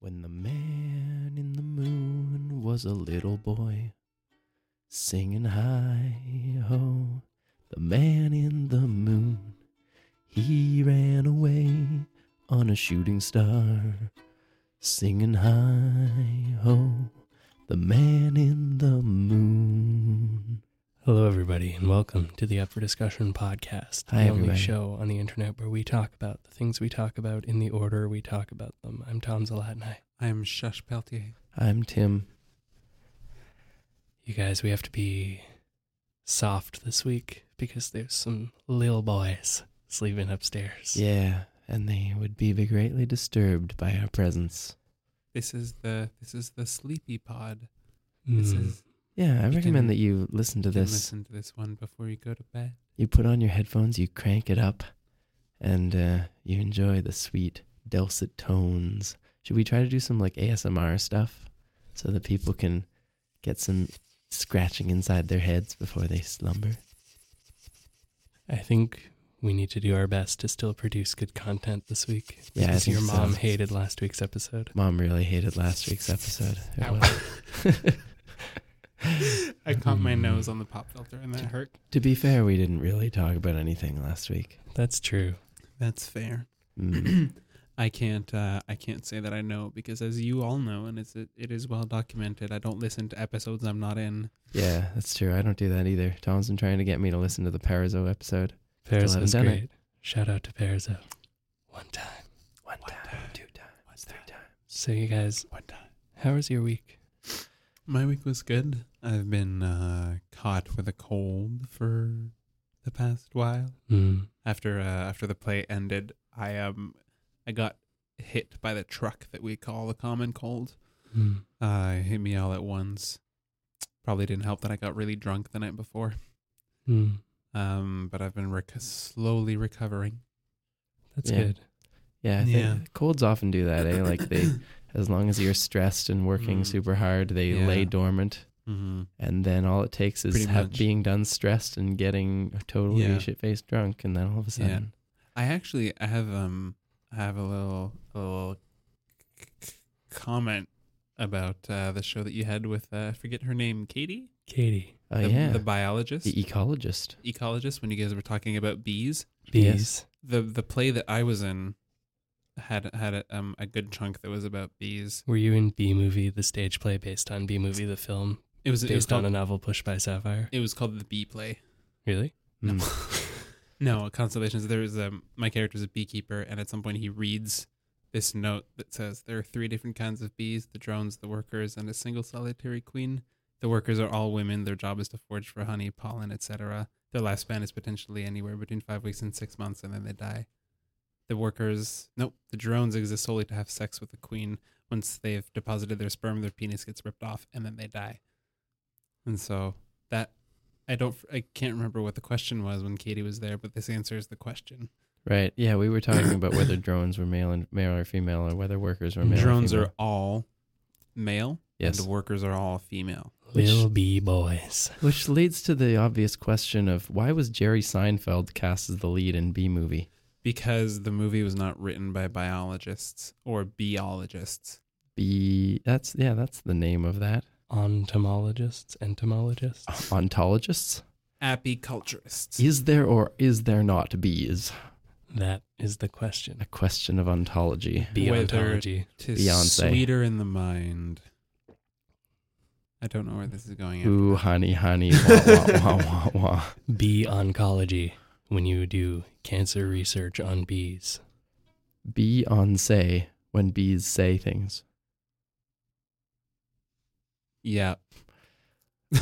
When the man in the moon was a little boy, singing hi ho, the man in the moon, he ran away on a shooting star, singing hi ho, the man in the moon. Hello, everybody, and welcome to the Up for Discussion podcast, the Hi, only everybody. show on the internet where we talk about the things we talk about in the order we talk about them. I'm Tom Zalatni. I'm Shush Peltier. I'm Tim. You guys, we have to be soft this week because there's some lil boys sleeping upstairs. Yeah, and they would be greatly disturbed by our presence. This is the this is the sleepy pod. Mm. This is Yeah, I You recommend can- that you listen to you can this. listen to this one before you go to bed. You put on your headphones, you crank it up, and uh, you enjoy the sweet dulcet tones. Should we try to do some like ASMR stuff so that people can get some scratching inside their heads before they slumber? I think we need to do our best to still produce good content this week. Yeah, I because think your so. mom hated last week's episode. Mom really hated last week's episode. It Ow. was- I caught my Mm. nose on the pop filter and that hurt. to be fair, we didn't really talk about anything last week. That's true. That's fair. Mm. I can't uh, I can't say that I know because as you all know and it's it, it is well documented, I don't listen to episodes I'm not in. yeah, that's true. I don't do that either. Tom's been trying to get me to listen to the Parazo episode. Perzo was done it. great. Shout out to Perzo. One time. One, time, two times, three times. So, you guys, What time? how was your week? My week was good. I've been uh, caught with a cold for the past while. Mm. after uh, after the play ended, I um I got hit by the truck that we call the common cold. Mm. Uh, it hit me all at once. Probably didn't help that I got really drunk the night before. Mm. Um, but I've been rec- slowly recovering. That's Yeah. good. Yeah, I think Yeah. colds often do that, eh? Like they as long as you're stressed and working Mm. super hard, they lay Yeah. dormant. Mm-hmm. And then all it takes is Pretty have, much. being done stressed and getting totally Yeah. shit faced drunk, and then all of a Yeah. sudden, I actually I have um I have a little a little c- c- comment about uh, the show that you had with uh, I forget her name Katie Katie, oh the, yeah, the the, e biologist ecologist. ecologist when you guys were talking about bees bees. Yes. the the play that I was in had had a, um a good chunk that was about bees. Were you in B movie, the stage play based on B movie, the film It was it was, based on called, a novel pushed by Sapphire? it was called the bee play. Really? Mm. No, constellations. There is um my character's a beekeeper, and at some point he reads this note that says there are three different kinds of bees: the drones, the workers, and a single solitary queen. The workers are all women. Their job is to forage for honey, pollen, etc. Their lifespan is potentially anywhere between five weeks and six months, and then they die. The workers, nope, the drones exist solely to have sex with the queen. Once they've deposited their sperm, their penis gets ripped off, and then they die. And so that I don't, I can't remember what the question was when Katie was there, but this answers the question. Right. Yeah, we were talking about whether drones were male and male or female, or whether workers were And male. or Drones female. are all male, yes. and the workers are all female. Which- Lil B boys. Which leads to the obvious question of why was Jerry Seinfeld cast as the lead in B movie? Because the movie was not written by biologists or biologists. B. That's yeah. That's the name of that. Entomologists, entomologists. Ontologists. Apiculturists. Is there or is there not bees? That is the question. A question of ontology. Whether- Beontology. Tis Beyonce. sweeter in the mind. I don't know where this is going. after Ooh, honey, honey, wah, wah, wah, wah, wah. Bee oncology. When you do cancer research on bees. Bee on say when bees say things. Yeah.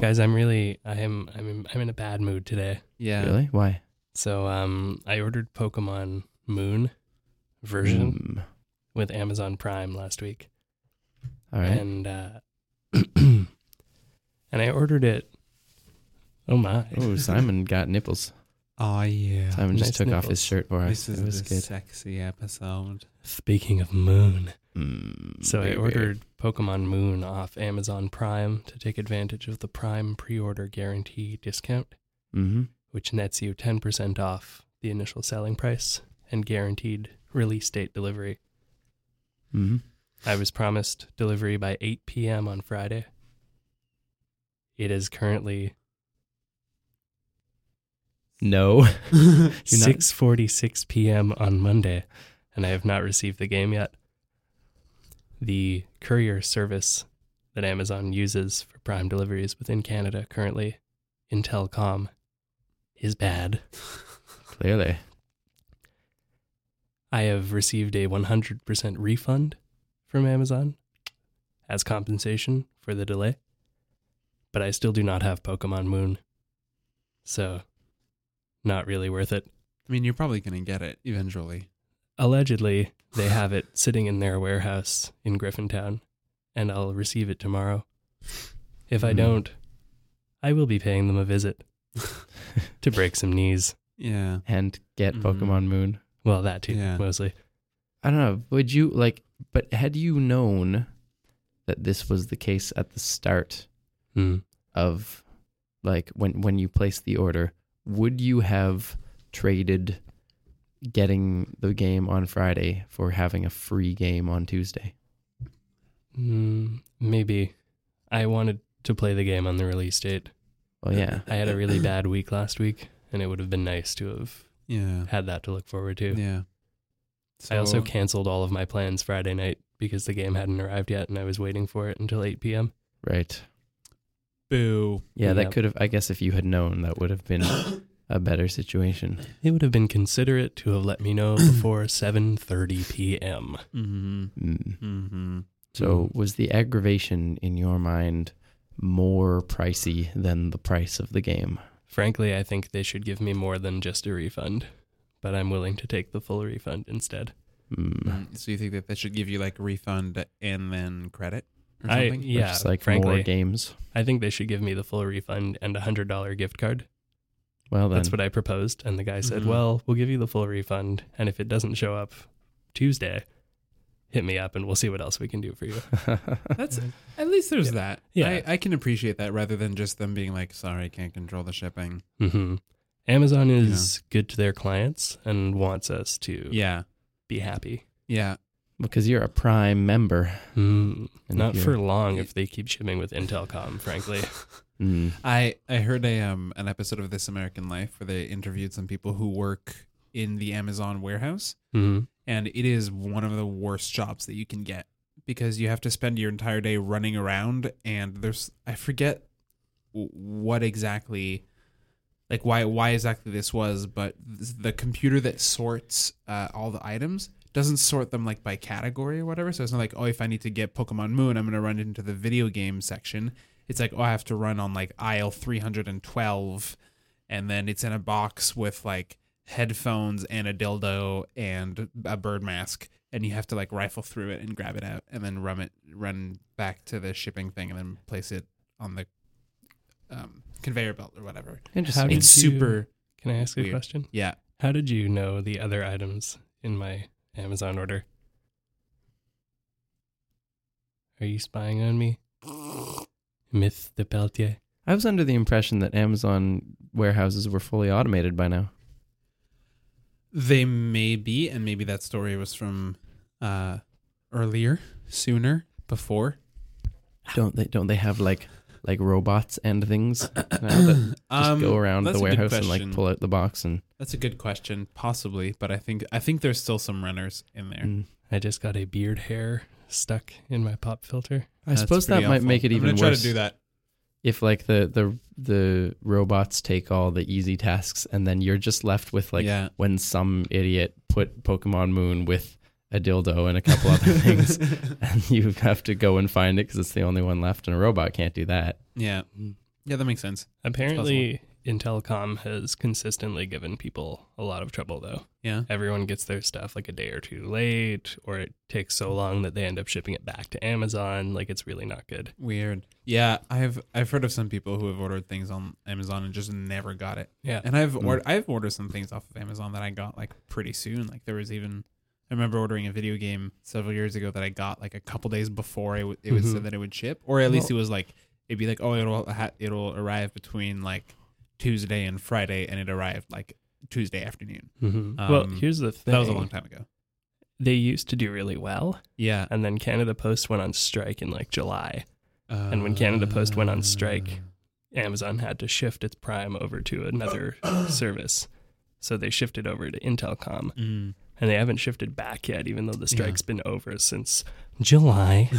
Guys, I'm really I am I'm in, I'm in a bad mood today. yeah. Really? Why? So um I ordered Pokemon Moon version Mm. with Amazon Prime last week. All right. and uh, and I ordered it. Oh my! Ooh, Simon got nipples. Oh, yeah. Simon just Nice took off his nipples. shirt for us. This is It was the good. sexy episode. Speaking of Moon, Mm, so I baby. ordered Pokemon Moon off Amazon Prime to take advantage of the Prime pre-order guarantee discount, Mhm. which nets you ten percent off the initial selling price and guaranteed release date delivery. hmm I was promised delivery by 8 p.m. on Friday. It is currently No. 6:46 p.m. on Monday, and I have not received the game yet. The courier service that Amazon uses for Prime deliveries within Canada currently, Intelcom, is bad. Clearly. I have received a 100% refund from Amazon as compensation for the delay, but I still do not have Pokemon Moon. So, not really worth it. I mean, you're probably going to get it eventually. Allegedly, they have it sitting in their warehouse in Griffintown, and I'll receive it tomorrow. If I Hmm. don't, I will be paying them a visit to break some knees. Yeah. And get Mhm. Pokemon Moon. Well, that too, Yeah. mostly. I don't know. Would you like? But had you known that this was the case at the start Hmm. of, like when when you placed the order, would you have traded getting the game on Friday for having a free game on Tuesday? Mm, maybe. I wanted to play the game on the release date. Well, yeah. I had a really bad week last week, and it would have been nice to have Yeah. had that to look forward to. Yeah. So, I also canceled all of my plans Friday night because the game hadn't arrived yet, and I was waiting for it until 8 p.m. Right. boo. Yeah, Yep. that could have. I guess if you had known, that would have been a better situation. It would have been considerate to have let me know before 7:30 p.m. Mm-hmm. Mm. Mm-hmm. So, was the aggravation in your mind more pricey than the price of the game? Frankly, I think they should give me more than just a refund, but I'm willing to take the full refund instead. Mm. Mm-hmm. So you think that that should give you like a refund and then credit or I- something? Or yeah, just like frankly. more games. I think they should give me the full refund and a $100 gift card. Well, then That's what I proposed, and the guy said, Mhm. "Well, we'll give you the full refund, and if it doesn't show up Tuesday, hit me up and we'll see what else we can do for you." That's at least there's Yeah. that. Yeah. I, I can appreciate that rather than just them being like, sorry, can't control the shipping. hmm Amazon is good to their clients and wants us to Yeah. be happy. Yeah. because you're a Prime member. Mm-hmm. Mm, and not if for you're- long if they keep shipping with Intelcom, frankly. Mm. I I heard a um an episode of This American Life where they interviewed some people who work in the Amazon warehouse, Mhm. and it is one of the worst jobs that you can get because you have to spend your entire day running around, and there's I forget w- what exactly. Like why why exactly this was, but th- the computer that sorts uh, all the items doesn't sort them like by category or whatever. So it's not like oh, if I need to get Pokemon Moon, I'm gonna run into the video game section it's like oh i have to run on like aisle 312 and then it's in a box with like headphones and a dildo and a bird mask and you have to like rifle through it and grab it out and then run it run back to the shipping thing and then place it on the um, conveyor belt or whatever How Interesting. did it's you- super Can I ask a Weird. question? yeah How did you know the other items in my Amazon order? Are you spying on me? Myth de Peltier. I was under the impression that Amazon warehouses were fully automated by now. they may be and maybe that story was from uh earlier sooner before Don't they? Don't they have like like robots and things now that just Um, go around that's the a good warehouse and like question. pull out the box and? That's a good question, possibly, but I think I think there's still some runners in there. Mm. I just got a beard hair stuck in my pop filter. I suppose that might make it even I'm gonna worse Try to do that. if like the the the robots take all the easy tasks and then you're just left with like yeah, when some idiot put Pokemon Moon with a dildo and a couple other things, and you have to go and find it because it's the only one left, and a robot can't do that. yeah, yeah. That makes sense. Apparently, Intelcom has consistently given people a lot of trouble, though. Yeah, Everyone gets their stuff like a day or two late, or it takes so long that they end up shipping it back to Amazon. Like, it's really not good. weird. Yeah, I've I've heard of some people who have ordered things on Amazon and just never got it. Yeah. And I've Mm. ordered I've ordered some things off of Amazon that I got like pretty soon. Like there was even I remember ordering a video game several years ago that I got like a couple days before it, w- it was Mhm. said that it would ship, or at least it was like it'd be like oh it'll ha- it'll arrive between like Tuesday and Friday, and it arrived like Tuesday afternoon. Mm-hmm. well, Um, here's the thing. That was a long time ago. they used to do really well, Yeah. and then Canada Post went on strike in like July. And when Canada Post went on strike, Amazon had to shift its Prime over to another service. So they shifted over to Intelcom, Mm. and they haven't shifted back yet, even though the Yeah. strike's been over since July.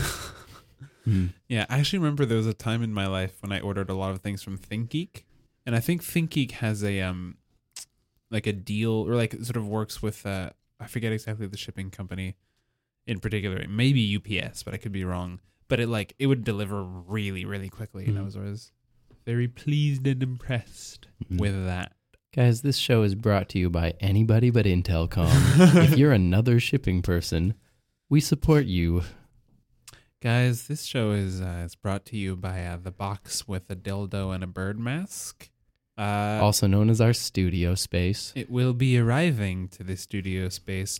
Yeah, I actually remember there was a time in my life when I ordered a lot of things from ThinkGeek, and I think ThinkGeek has a um, like a deal or like it sort of works with uh, I forget exactly the shipping company, in particular, maybe UPS, but I could be wrong. But it like it would deliver really really quickly, and I Mhm. was always very pleased and impressed with that. Guys, this show is brought to you by anybody but Intelcom. if you're another shipping person, we support you. Guys, this show is uh, is brought to you by uh, the box with a dildo and a bird mask. Uh, also known as our studio space. It will be arriving to the studio space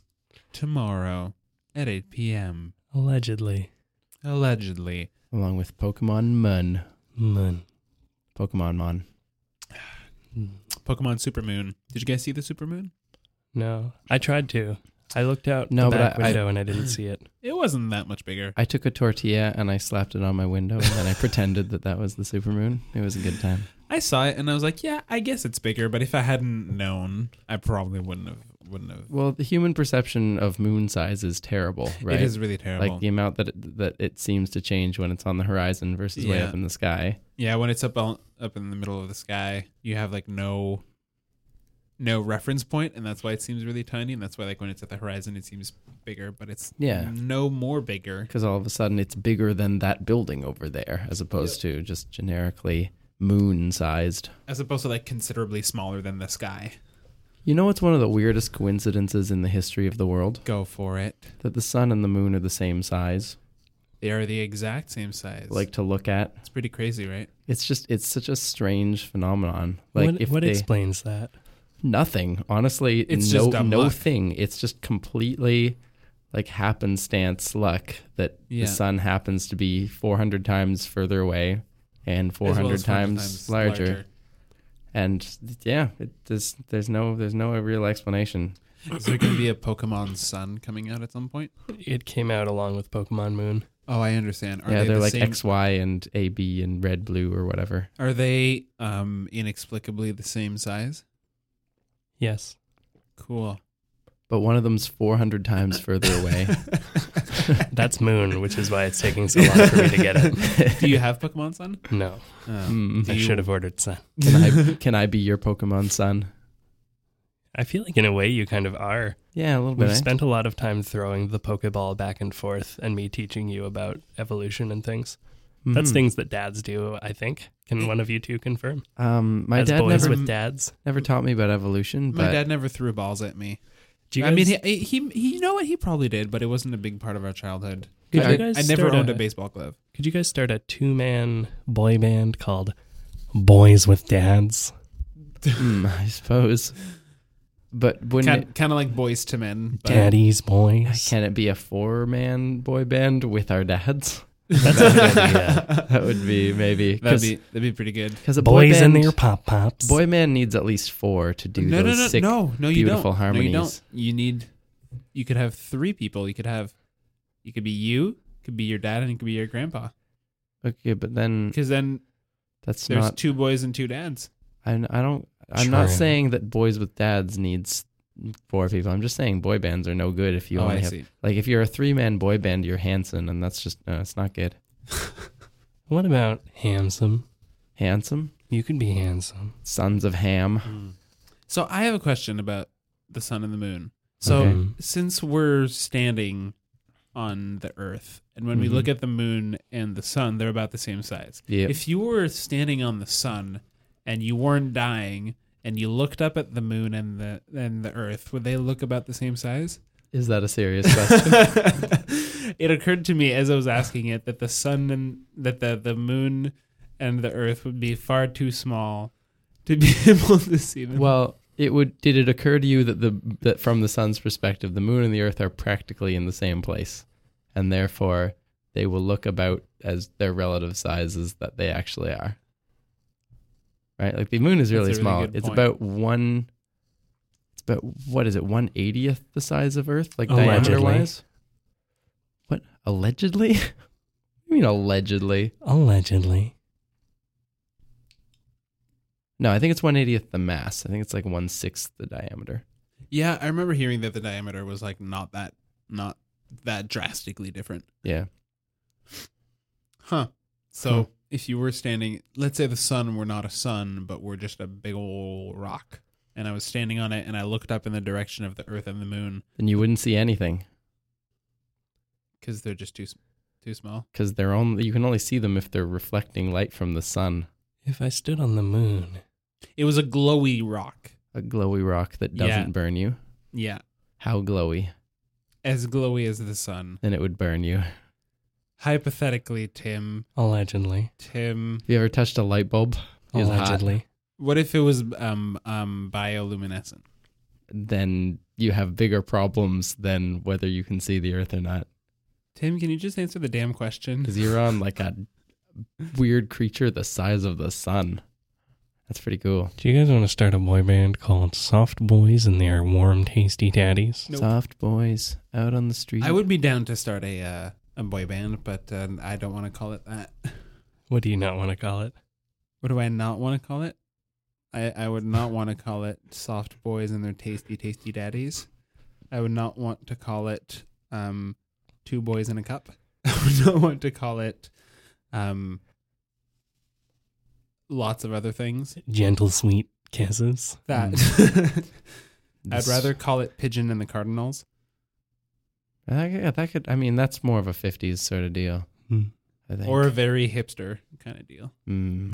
tomorrow at 8 p.m. Allegedly. Allegedly. Along with Pokemon Mun. Man. Pokemon Mon. Pokemon Supermoon. Did you guys see the Supermoon? No, I tried to. I looked out No, but the back I- I- window and I didn't see it. It wasn't that much bigger. I took a tortilla and I slapped it on my window and then I pretended that that was the supermoon. It was a good time. I saw it and I was like, yeah, I guess it's bigger, but if I hadn't known, I probably wouldn't have wouldn't have. Well, the human perception of moon size is terrible, right? It is really terrible. like the amount that it, that it seems to change when it's on the horizon versus way Yeah. up in the sky. yeah, when it's up on- up in the middle of the sky, you have like no no reference point and that's why it seems really tiny and that's why like when it's at the horizon it seems bigger, but it's Yeah. no more bigger. Because all of a sudden it's bigger than that building over there, as opposed to just generically moon sized. as opposed to like considerably smaller than the sky. You know what's one of the weirdest coincidences in the history of the world? Go for it. That the sun and the moon are the same size, They are the exact same size. like to look at. it's pretty crazy, right? It's just, it's such a strange phenomenon. Like, what if what they, explains that? Nothing. Honestly, It's no just dumb no luck. thing. It's just completely like happenstance luck that Yeah. the sun happens to be 400 times further away and 400 times, larger. And yeah, it, there's there's no there's no real explanation. Is there going to be a Pokemon Sun coming out at some point? It came out along with Pokemon Moon. Oh, I understand. Are yeah, they they're the like same, X, Y, and A, B, and red, blue, or whatever. Are they um inexplicably the same size? Yes. Cool. But one of them's 400 times further away. That's Moon, which is why it's taking so long for me to get it. Do you have Pokemon Sun? No, Oh. Hmm. I you- should have ordered Sun. Can I can I be your Pokemon son? I feel like in a way you kind of are. Yeah, a little We've bit. eh? spent a lot of time throwing the Pokeball back and forth and me teaching you about evolution and things. That's Mhm. things that dads do, I think. Can one of you two confirm? Um, my As dad boys never with dads. Never taught me about evolution, My but dad never threw balls at me. Do you I mean, guys- he, he, he, you know what? He probably did, but it wasn't a big part of our childhood. Could I, you guys I never start owned a a- baseball glove. Could you guys start a two man boy band called Boys with Dads? Hmm, I suppose. But wouldn't Kind, it, kind of like boys to men. but- Daddy's Boys? can it be a four man boy band with our dads? That's a good idea. That would be maybe That'd be that'd be pretty good. because a boy Boys band, and their pop pops. boy man needs at least four to do no, those no, no, sick. no, no, you beautiful don't. No, you harmonies. don't. You need. You could have three people. You could have. You could be you. Could be your dad and it could be your grandpa. Okay, but then Because then that's there's not. two boys and two dads. I, I don't. I'm not True. saying that boys with dads needs four people. I'm just saying boy bands are no good if you oh, only I have see. like if you're a three man boy band, you're Hanson, and that's just no, it's not good. What about handsome? Handsome, You could be handsome. sons of Ham. So I have a question about the sun and the moon. So Okay. since we're standing on the Earth, and when we Mhm. look at the moon and the sun, they're about the same size. Yep. If you were standing on the sun and you weren't dying and you looked up at the moon and the and the earth, would they look about the same size? Is that a serious question? it occurred to me as I was asking it that the sun and that the, the moon and the earth would be far too small to be able to see them. well, it would. Did it occur to you that the that from the sun's perspective, the moon and the Earth are practically in the same place, and therefore they will look about as their relative sizes that they actually are. Right, like the moon is That's really a really small. good it's point. about one. It's but what is it? One eightieth the size of Earth, like Allegedly. diameter wise. What allegedly? I mean, allegedly. Allegedly. No, I think it's one eightieth the mass. I think it's like one sixth the diameter. Yeah, I remember hearing that the diameter was like not that not that drastically different. Yeah. Huh. So Hmm. if you were standing, let's say the sun were not a sun, but were just a big old rock, and I was standing on it, and I looked up in the direction of the Earth and the Moon Then you wouldn't see anything because they're just too s- too small. because they're only you can only see them if they're reflecting light from the sun. If I stood on the moon, It was a glowy rock. A glowy rock that doesn't Yeah. burn you. Yeah, How glowy? as glowy as the sun. Then it would burn you. Have Hypothetically, Tim, allegedly, Tim, you ever touched a light bulb? It was hot. allegedly, what if it was um um bioluminescent? Then you have bigger problems than whether you can see the Earth or not. Tim, can you just answer the damn question? Because you're on like a weird creature the size of the sun. That's pretty cool. do you guys want to start a boy band called Soft Boys and their warm, tasty daddies? Nope. Soft boys out on the street. I would be down to start a uh, a boy band, but uh, I don't want to call it that. What do you not want to call it? What do I not want to call it? I, I would not want to call it soft boys and their tasty tasty daddies. I would not want to call it um, two boys in a cup. I would not want to call it um, lots of other things. Mm. Gentle, sweet kisses. That I'd This- rather call it pigeon and the cardinals. I, yeah, that could. I mean, that's more of a '50s sort of deal. Hmm. I think. Or a very hipster kind of deal. Mm.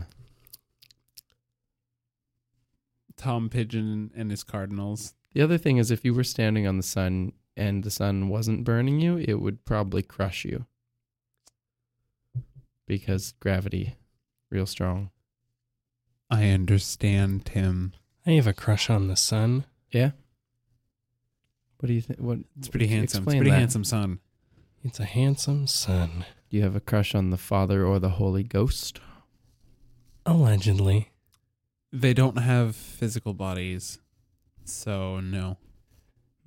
Tom Pigeon and his cardinals. the other thing is, if you were standing on the sun and the sun wasn't burning you, it would probably crush you because gravity, real strong. I understand, Tim. I have a crush on the sun. What do you think? What It's pretty handsome. Mm, Explain it's pretty that. handsome son. It's a handsome sun. do you have a crush on the Father or the Holy Ghost? Allegedly. They don't have physical bodies, so no.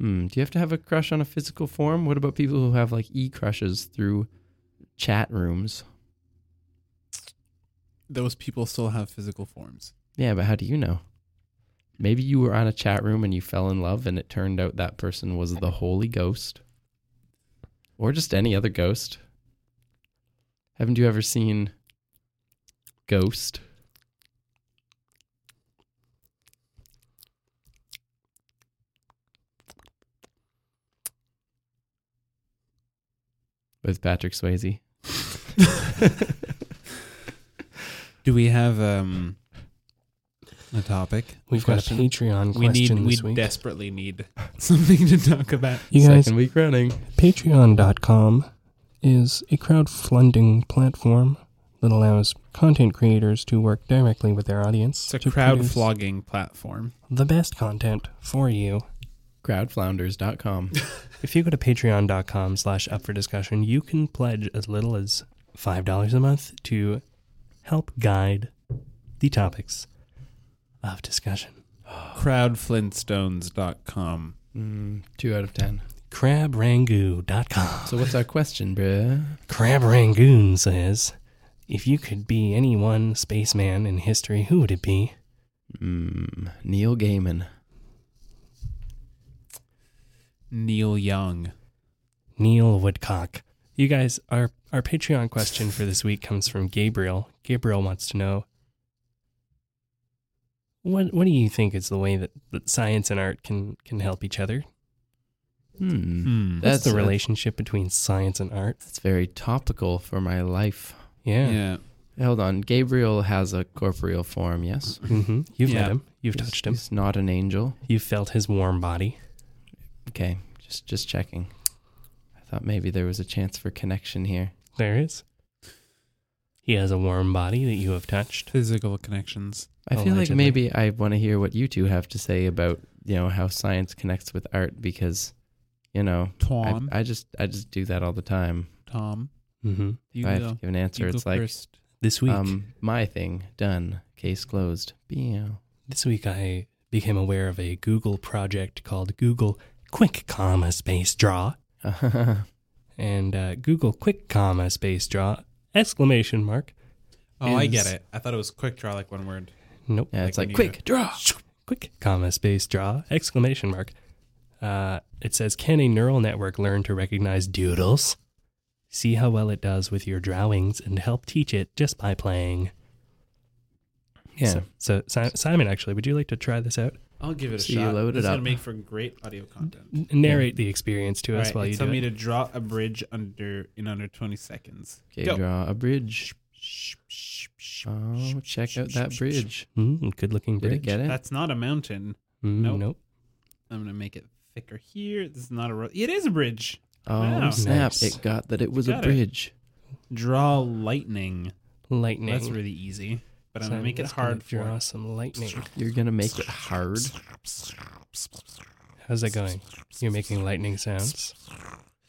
Hmm. Do you have to have a crush on a physical form? What about people who have like e crushes through chat rooms? Those people still have physical forms. Yeah, but how do you know? Maybe you were on a chat room and you fell in love, and it turned out that person was the Holy Ghost, or just any other ghost. Haven't you ever seen Ghost? With Patrick Swayze. Do we have um a topic? We've Question. got a Patreon We need. question We this week. desperately need something to talk about. you guys, Second week running. Patreon.com is a crowdfunding platform that allows content creators to work directly with their audience It's a to crowd produce flogging platform. the best content for you. Crowdflounders.com. If you go to patreon.com slash up for discussion, you can pledge as little as $5 a month to help guide the topics of discussion. Crowdflintstones.com. Mm, two out of ten. Crabrangoon.com. So what's our question, bruh? Crab Rangoon says, if you could be any one spaceman in history, who would it be? Mm, Neil Gaiman. Neil Young. Neil Woodcock. You guys, our, our Patreon question for this week comes from Gabriel. Gabriel wants to know what what do you think is the way that, that science and art can, can help each other? Hmm. Hmm. That's the That's a- relationship between science and art. That's very topical for my life. Yeah. yeah. Hold on. Gabriel has a corporeal form, yes? hmm You've Yeah. met him. You've He's- touched him. He's not an angel. You've felt his warm body. Okay, just just checking. I thought maybe there was a chance for connection here. There is. He has a warm body that you have touched. Physical connections. I feel like Allegedly. maybe I want to hear what you two have to say about, you know, how science connects with art because, you know, I, Tom. I just I just do that all the time. Tom. hmm You If I have go. to give an answer. You go It's like first. Um, This week, Um, my thing done. Case closed. Beow. this week I became aware of a Google project called Google Quick Comma Space Draw. And uh, Google Quick Comma Space Draw exclamation mark. Oh, I Is- get it. I thought it was quick draw, like one word. Nope. yeah, it's Like like when you- quick draw. Quick comma space draw exclamation mark. Uh, it says, "Can a neural network learn to recognize doodles? See how well it does with your drawings, and help teach it just by playing." Yeah, So, so Si- Simon, actually, would you like to try this out? I'll give it a So you shot. load it It's up. gonna make for great audio content. N- narrate the experience to All us right, while you it's do on me it. to draw a bridge under in under twenty seconds. okay, Go. draw a bridge. Oh, check out that bridge. Mm, good looking Did bridge. it get it? That's not a mountain. Mm, Nope. nope. I'm gonna make it thicker here. This is not a road. It is a bridge. Oh Wow. snap! Nice. It got that it was a Got it. bridge. Draw lightning. Lightning. That's really easy. But I'm Simon gonna make it is gonna hard for draw some lightning. You're gonna make it hard. How's that going? You're making lightning sounds.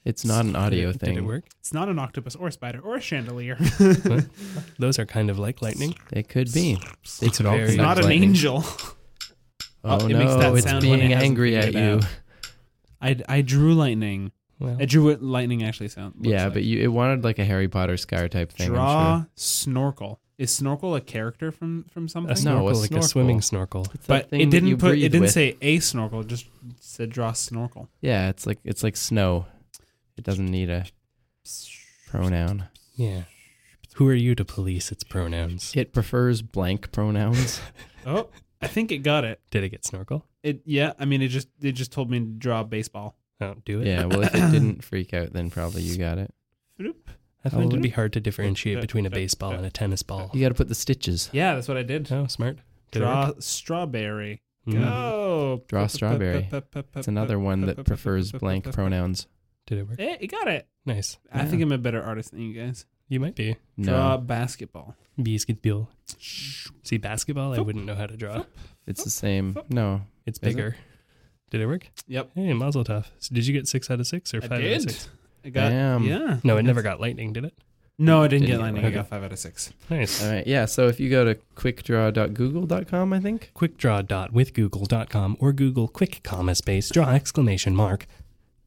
It's not an Did it- audio Did it thing. work? It's not an octopus or a spider or a chandelier. Those are kind of like lightning. It could be. They It's could all come very- It's back not to an lightning. angel. Oh, Oh, it no! makes that it's sound when being it hasn't angry at figured it you. out. I, I drew lightning. Well, I drew what lightning actually sounds. Yeah, but you, it wanted like a Harry Potter scar type thing. I'm draw sure. snorkel. Is snorkel a character from from a something? No, a snorkel, like a snorkel. swimming snorkel. It's that but thing it that you didn't put. It breathe didn't with. say a snorkel. it Just said draw snorkel. Yeah, it's like it's like snow. It doesn't need a pronoun. Yeah. Who are you to police its pronouns? It prefers blank pronouns. Oh, I think it got it. Did it get snorkel? It yeah. I mean, it just it just told me to draw baseball. Oh, do it. yeah, well, if it didn't freak out, then probably you got it. Floop. I find Oh. it'd be hard to differentiate Uh, between a uh, baseball uh, and a tennis ball. You got to put the stitches. Yeah, that's what I did. Oh, smart. Did it work? Draw strawberry. Mm. Go. Draw strawberry. It's It's another one that prefers blank pronouns. Did it work? Hey, you got it. Nice. I Yeah. think I'm a better artist than you guys. You might be. No, Draw basketball. Basketball. See, basketball, I wouldn't know how to draw. it's the same. No, It's Is it? bigger. Did it work? Yep. Hey, Mazel Tov. So did you get six out of six or I five out of did. six? I got Damn. yeah. No, it never got lightning, did it? No, I didn't, Didn't get get lightning. lightning. I got five out of six. Nice. all right. Yeah, so if you go to quickdraw.google.com, I think Quickdraw.withgoogle.com or Google quick comma space draw exclamation mark.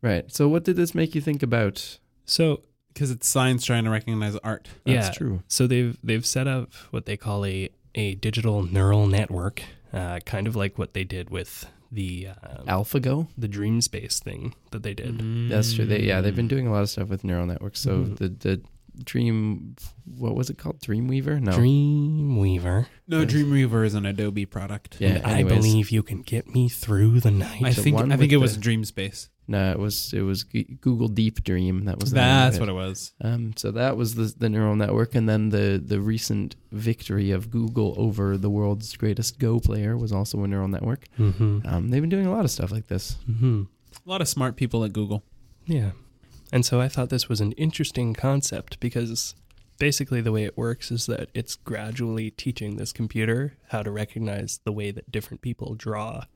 right. So what did this make you think about? So Because it's science trying to recognize art. That's yeah, true. So they've they've set up what they call a a digital neural network, uh, kind of like what they did with the uh, AlphaGo. the dream space thing that they did. Mm. That's true. They, yeah, they've been doing a lot of stuff with neural networks. So Mhm. the the Dream, what was it called? Dreamweaver? No. Dreamweaver. No, Dreamweaver is an Adobe product. Yeah. I anyways. believe you can get me through the night. I The think one I think with it was the- DreamSpace. No, it was it was G- Google Deep Dream. That was the name of That's it. what it was. Um, so that was the the neural network, and then the the recent victory of Google over the world's greatest Go player was also a neural network. mm-hmm. Um, they've been doing a lot of stuff like this. Mm-hmm. A lot of smart people at Google. Yeah. And so I thought this was an interesting concept because basically the way it works is that it's gradually teaching this computer how to recognize the way that different people draw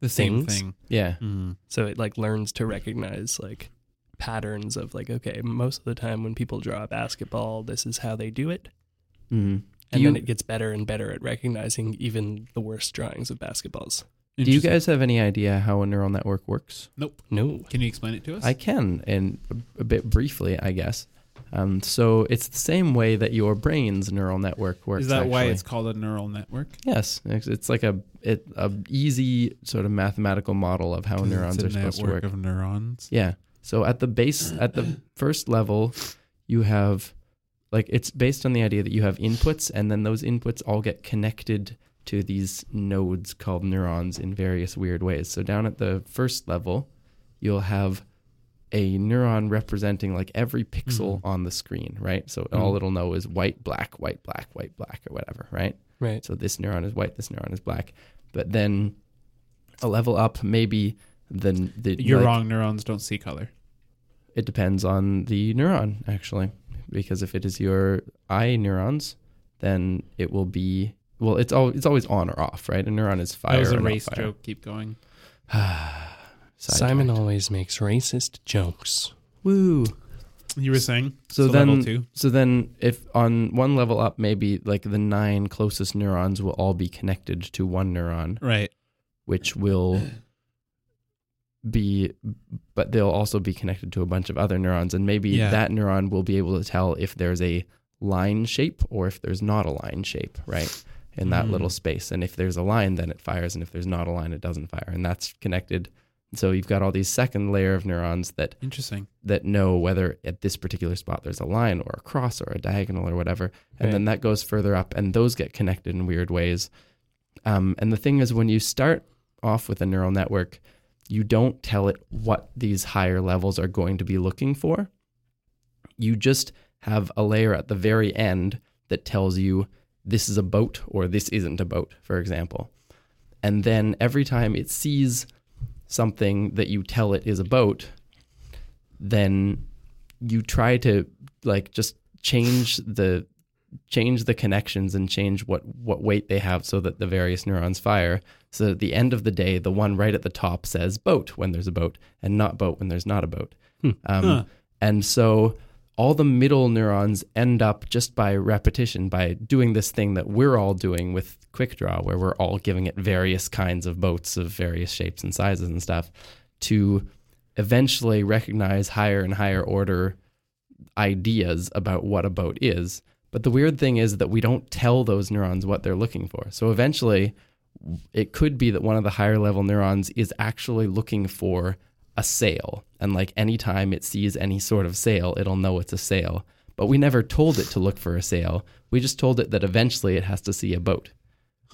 The same Things? thing. Yeah, Mm. So it like learns to recognize like patterns of like okay, most of the time when people draw a basketball, this is how they do it. mm. And you- then it gets better and better at recognizing even the worst drawings of basketballs. do you Interesting. guys have any idea how a neural network works? Nope. No. Can you explain it to us? I can, and a- a bit briefly, I guess. Um, so it's the same way that your brain's neural network works. is that why actually. Oh, it's called a neural network? Yes, it's, it's like a it, a easy sort of mathematical model of how neurons it's a are supposed to network work. of neurons. Yeah. So at the base, at the first level, you have like it's based on the idea that you have inputs, and then those inputs all get connected to these nodes called neurons in various weird ways. So down at the first level, you'll have a neuron representing like every pixel on the screen, right? So all Mhm. it'll know is white, black, white, black, white, black, or whatever, right? Right. So this neuron is white, this neuron is black. But then a level up, maybe the the You're like, wrong. Neurons don't see color. It depends on the neuron actually, because if it is your eye neurons, then it will be well. It's all it's always on or off, right? A neuron is fire. that was or a not race fire. joke. Keep going. Sidetrack. Simon always makes racist jokes. Woo. You were saying So level then, two. so then, if on one level up, maybe like the nine closest neurons will all be connected to one neuron, Right. which will be, but they'll also be connected to a bunch of other neurons. And maybe Yeah. that neuron will be able to tell if there's a line shape or if there's not a line shape, right? In that Mm. little space. And if there's a line, then it fires. And if there's not a line, it doesn't fire. And that's connected. So you've got all these second layer of neurons that Interesting. that know whether at this particular spot there's a line or a cross or a diagonal or whatever. And Right. then that goes further up and those get connected in weird ways. Um, and the thing is, when you start off with a neural network, you don't tell it what these higher levels are going to be looking for. You just have a layer at the very end that tells you this is a boat or this isn't a boat, for example. And then every time it sees something that you tell it is a boat, then you try to like just change the change the connections and change what what weight they have so that the various neurons fire so that at the end of the day the one right at the top says boat when there's a boat and not boat when there's not a boat Hmm. um, Huh. and so all the middle neurons end up just by repetition by doing this thing that we're all doing with quickdraw where we're all giving it various kinds of boats of various shapes and sizes and stuff to eventually recognize higher and higher order ideas about what a boat is. But the weird thing is that we don't tell those neurons what they're looking for. So eventually, it could be that one of the higher level neurons is actually looking for a sail. And like anytime it sees any sort of sail, it'll know it's a sail. But we never told it to look for a sail. We just told it that eventually it has to see a boat.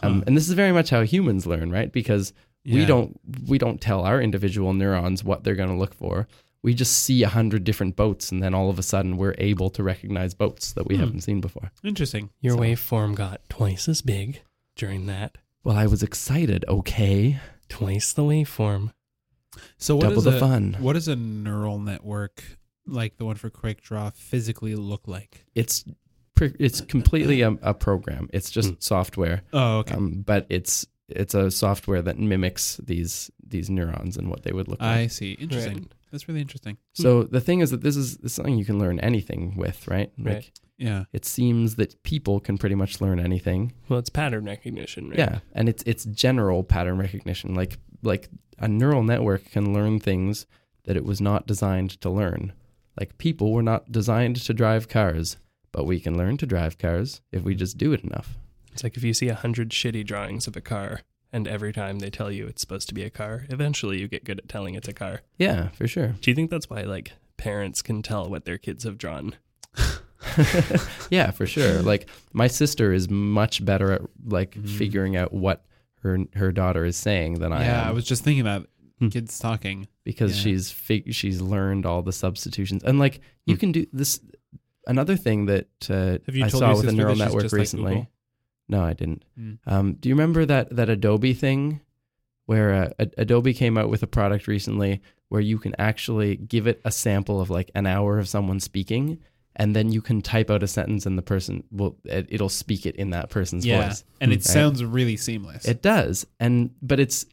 Um, and this is very much how humans learn, right? Because we Yeah. don't we don't tell our individual neurons what they're going to look for. We just see a hundred different boats, and then all of a sudden we're able to recognize boats that we Hmm. haven't seen before. Interesting. Your So- waveform got twice as big during that. Well, I was excited. Okay, Twice the waveform. So what double is the a, fun. What does a neural network like the one for Quick Draw physically look like? It's pre- it's completely a, a program. It's just Hmm. software, Oh, okay. um, but it's it's a software that mimics these these neurons and what they would look like. I see. Interesting. That's really interesting. So the thing is that this is, this is something you can learn anything with, right? Right. Like Yeah. it seems that people can pretty much learn anything. Well, it's pattern recognition, right? Yeah, and it's it's general pattern recognition. Like like a neural network can learn things that it was not designed to learn. Like people were not designed to drive cars, but we can learn to drive cars if we just do it enough. It's like if you see a hundred shitty drawings of a car, and every time they tell you it's supposed to be a car, eventually you get good at telling it's a car. Yeah, for sure. Do you think that's why like parents can tell what their kids have drawn? yeah, for sure. Like my sister is much better at like Mhm. figuring out what her her daughter is saying than I um, am. yeah, I was just thinking about Hmm. kids talking. because Yeah. she's fig- she's learned all the substitutions and like you Hmm. can do this another thing that uh, Have you I told saw your with a sister neural that she's network just like recently Google? no I didn't Hmm. um, do you remember that that Adobe thing where uh, A- Adobe came out with a product recently where you can actually give it a sample of like an hour of someone speaking and then you can type out a sentence and the person will it, it'll speak it in that person's Yeah. voice Hmm. And it Right. sounds really seamless. it does. And but it's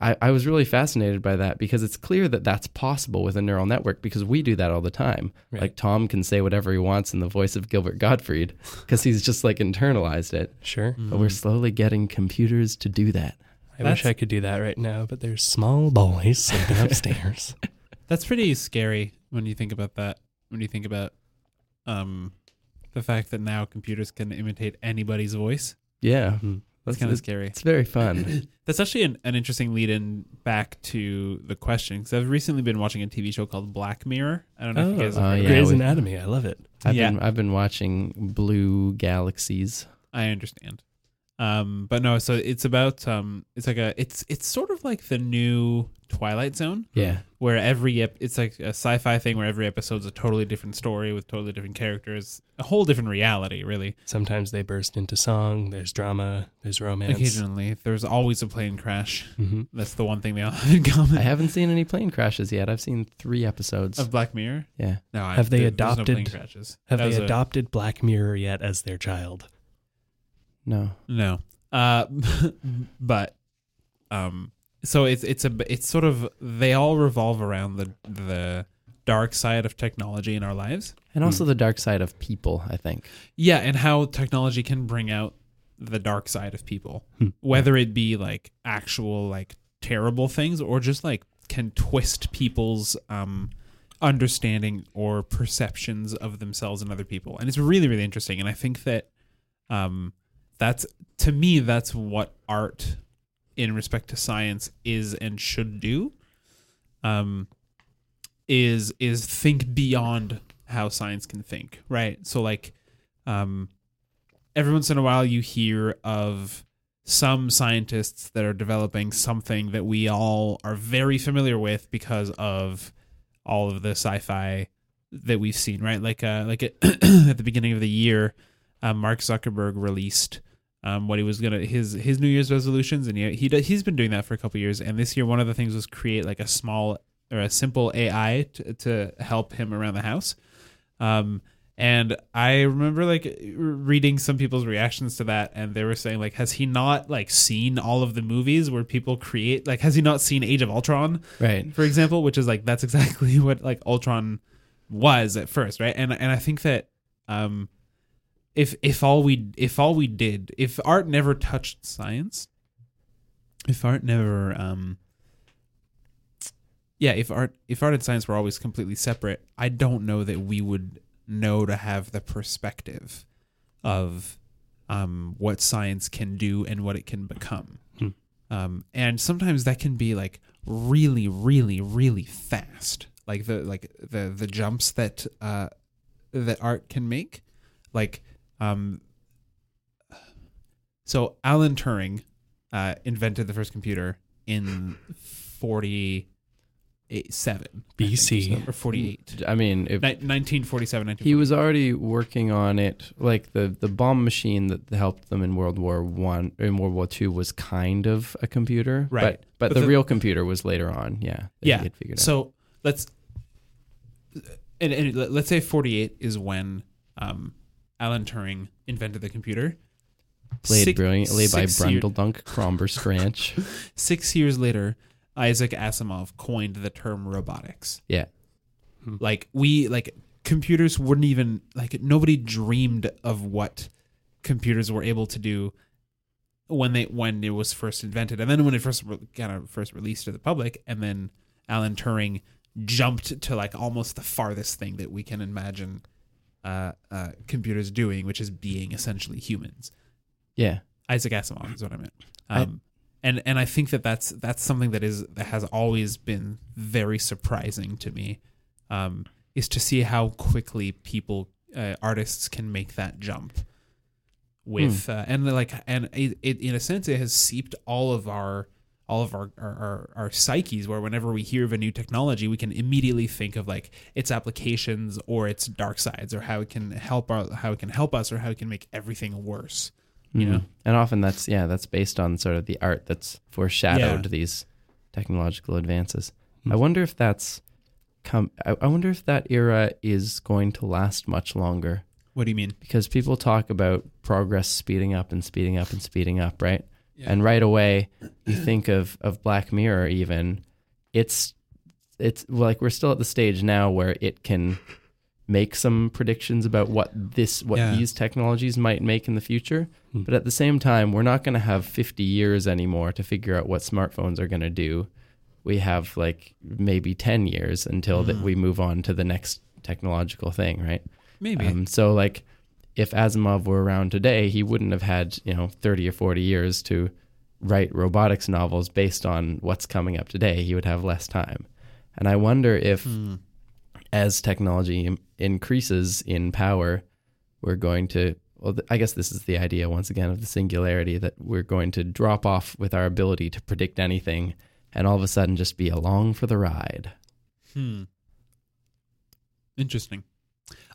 I, I was really fascinated by that because it's clear that that's possible with a neural network because we do that all the time. Right. Like Tom can say whatever he wants in the voice of Gilbert Gottfried because he's just like internalized it. Sure. Hmm. But Mm. we're slowly getting computers to do that. I wish That's- I could do that right now, but there's small boys sleeping upstairs. That's pretty scary when you think about that. When you think about um the fact that now computers can imitate anybody's voice. Yeah. Hmm. That's That's kind of it's, scary. it's very fun. That's actually an, an interesting lead in back to the question because I've recently been watching a TV show called Black Mirror. I don't know if you guys have Oh, heard of yeah, it. Grey's we- Anatomy, I love it. I've Yeah. been I've been watching Blue Galaxies. I understand. Um, but no, so it's about um, it's like a it's it's sort of like the new Twilight Zone Yeah. where every ep- it's like a sci-fi thing where every episode's a totally different story with totally different characters, a whole different reality, really. Sometimes they burst into song. There's drama. There's romance. Occasionally, there's always a plane crash. hmm That's the one thing they all have in common. I haven't seen any plane crashes yet. I've seen three episodes. of Black Mirror. yeah. No, I, Have they there- there's No plane adopted- crashes. Have That they was a- adopted Black Mirror yet as their child? No. No. Uh, but um, so it's it's a it's sort of they all revolve around the the dark side of technology in our lives. And also the dark side of people, I think. Yeah, and how technology can bring out the dark side of people, Hmm. whether it be like actual like terrible things or just like can twist people's um understanding or perceptions of themselves and other people. And it's really really interesting and I think that um that's to me that's what art in respect to science is and should do um is is think beyond how science can think right so like um every once in a while you hear of some scientists that are developing something that we all are very familiar with because of all of the sci-fi that we've seen right like uh like at the beginning of the year uh, mark zuckerberg released um, what he was gonna his his New Year's resolutions, and he, he do- he's been doing that for a couple years. And this year, one of the things was create like a small or a simple AI to, to help him around the house. Um, and I remember like re- reading some people's reactions to that, and they were saying like, has he not like seen all of the movies where people create like, has he not seen Age of Ultron? Right. for example, which is like that's exactly what like Ultron was at first, right? And and I think that um if if all we if all we did if art never touched science, if art never um yeah, if art if art and science were always completely separate, I don't know that we would know to have the perspective of um what science can do and what it can become. Hmm. Um and sometimes that can be like really really really fast. Like the like the the jumps that uh that art can make. Like um so Alan Turing uh invented the first computer in 47 BC. I think, or so, or 48. I mean, if Ni- 1947 he was already working on it, like the the bomb machine that helped them in World War One in World War Two was kind of a computer, Right. But, but, But the, the- real computer was later on, yeah. that he Yeah. had figured out. So let's and, and let- let's say 48 is when um, Alan Turing invented the computer. played Six- brilliantly by six year- Brundledunk Cromber Stranch. six years later, Isaac Asimov coined the term robotics. Yeah. Hmm. Like we like computers wouldn't even like nobody dreamed of what computers were able to do when they when it was first invented and then when it first re- kind of first released to the public and then Alan Turing jumped to like almost the farthest thing that we can imagine uh, uh, computers doing, which is being essentially humans. yeah. Isaac Asimov is what I meant. Um, and and I think that that's that's something that is that has always been very surprising to me, um, is to see how quickly people uh, artists can make that jump. With uh, and like and it, it in a sense it has seeped all of our all of our, our our our psyches where whenever we hear of a new technology we can immediately think of like its applications or its dark sides or how it can help our how it can help us or how it can make everything worse. You Mhm. know? And often that's yeah, that's based on sort of the art that's foreshadowed Yeah. these technological advances. Hmm. I wonder if that's come I, I wonder if that era is going to last much longer What do you mean? because people talk about progress speeding up and speeding up and speeding up, right? And right away you think of of Black Mirror even it's it's well, like we're still at the stage now where it can make some predictions about what this what Yeah. these technologies might make in the future Hmm. but at the same time we're not going to have 50 years anymore to figure out what smartphones are going to do we have like maybe 10 years until that we move on to the next technological thing right Maybe. um, so like if Asimov were around today, he wouldn't have had, you know, 30 or 40 years to write robotics novels based on what's coming up today. He would have less time. And I wonder if as technology im- increases in power, we're going to well, th- I guess this is the idea once again of the singularity that we're going to drop off with our ability to predict anything and all of a sudden just be along for the ride. Hmm. Interesting.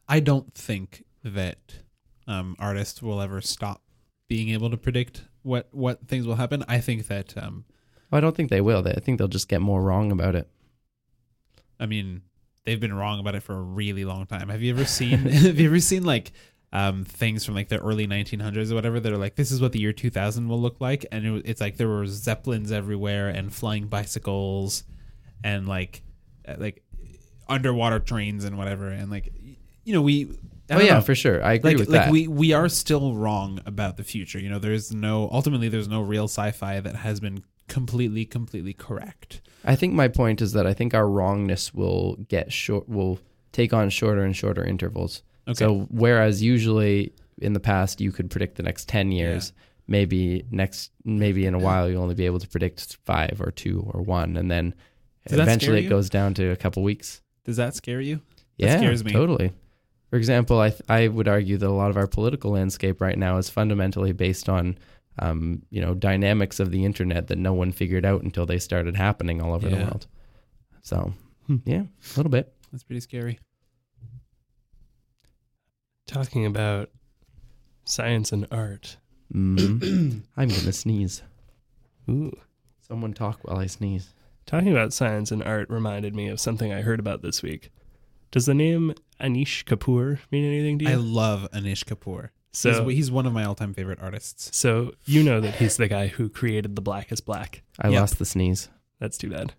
I don't think that um, artists will ever stop being able to predict what what things will happen. I think that um, Well, I don't think they will. They, I think they'll just get more wrong about it. I mean they've been wrong about it for a really long time. Have you ever seen Have you ever seen like um, things from like the early 1900s or whatever that are like this is what the year 2000 will look like, and it, was- it's like there were zeppelins everywhere and flying bicycles and like uh, like underwater trains and whatever and like y- you know we I oh don't yeah, know. for sure. I agree like with like that. we we are still wrong about the future. You know, there's no ultimately there's no real sci-fi that has been completely completely correct. I think my point is that I think our wrongness will get short, will take on shorter and shorter intervals. Okay. So whereas usually in the past you could predict the next ten years, maybe next maybe in a while you'll only be able to predict five or two or one, and then Does that scare eventually it you? goes down to a couple weeks. Does that scare you? That yeah, scares me. totally. For example, I th- I would argue that a lot of our political landscape right now is fundamentally based on um, you know dynamics of the internet that no one figured out until they started happening all over the Yeah. world. So yeah, a little bit. That's pretty scary. Talking about science and art. Mm. I'm gonna sneeze. Ooh. Someone talk while I sneeze. Talking about science and art reminded me of something I heard about this week. Does the name Anish Kapoor mean anything to you? I love Anish Kapoor. so, he's, he's one of my all-time favorite artists. so you know that he's the guy who created The Black is Black. I Yep. lost the sneeze. That's too bad.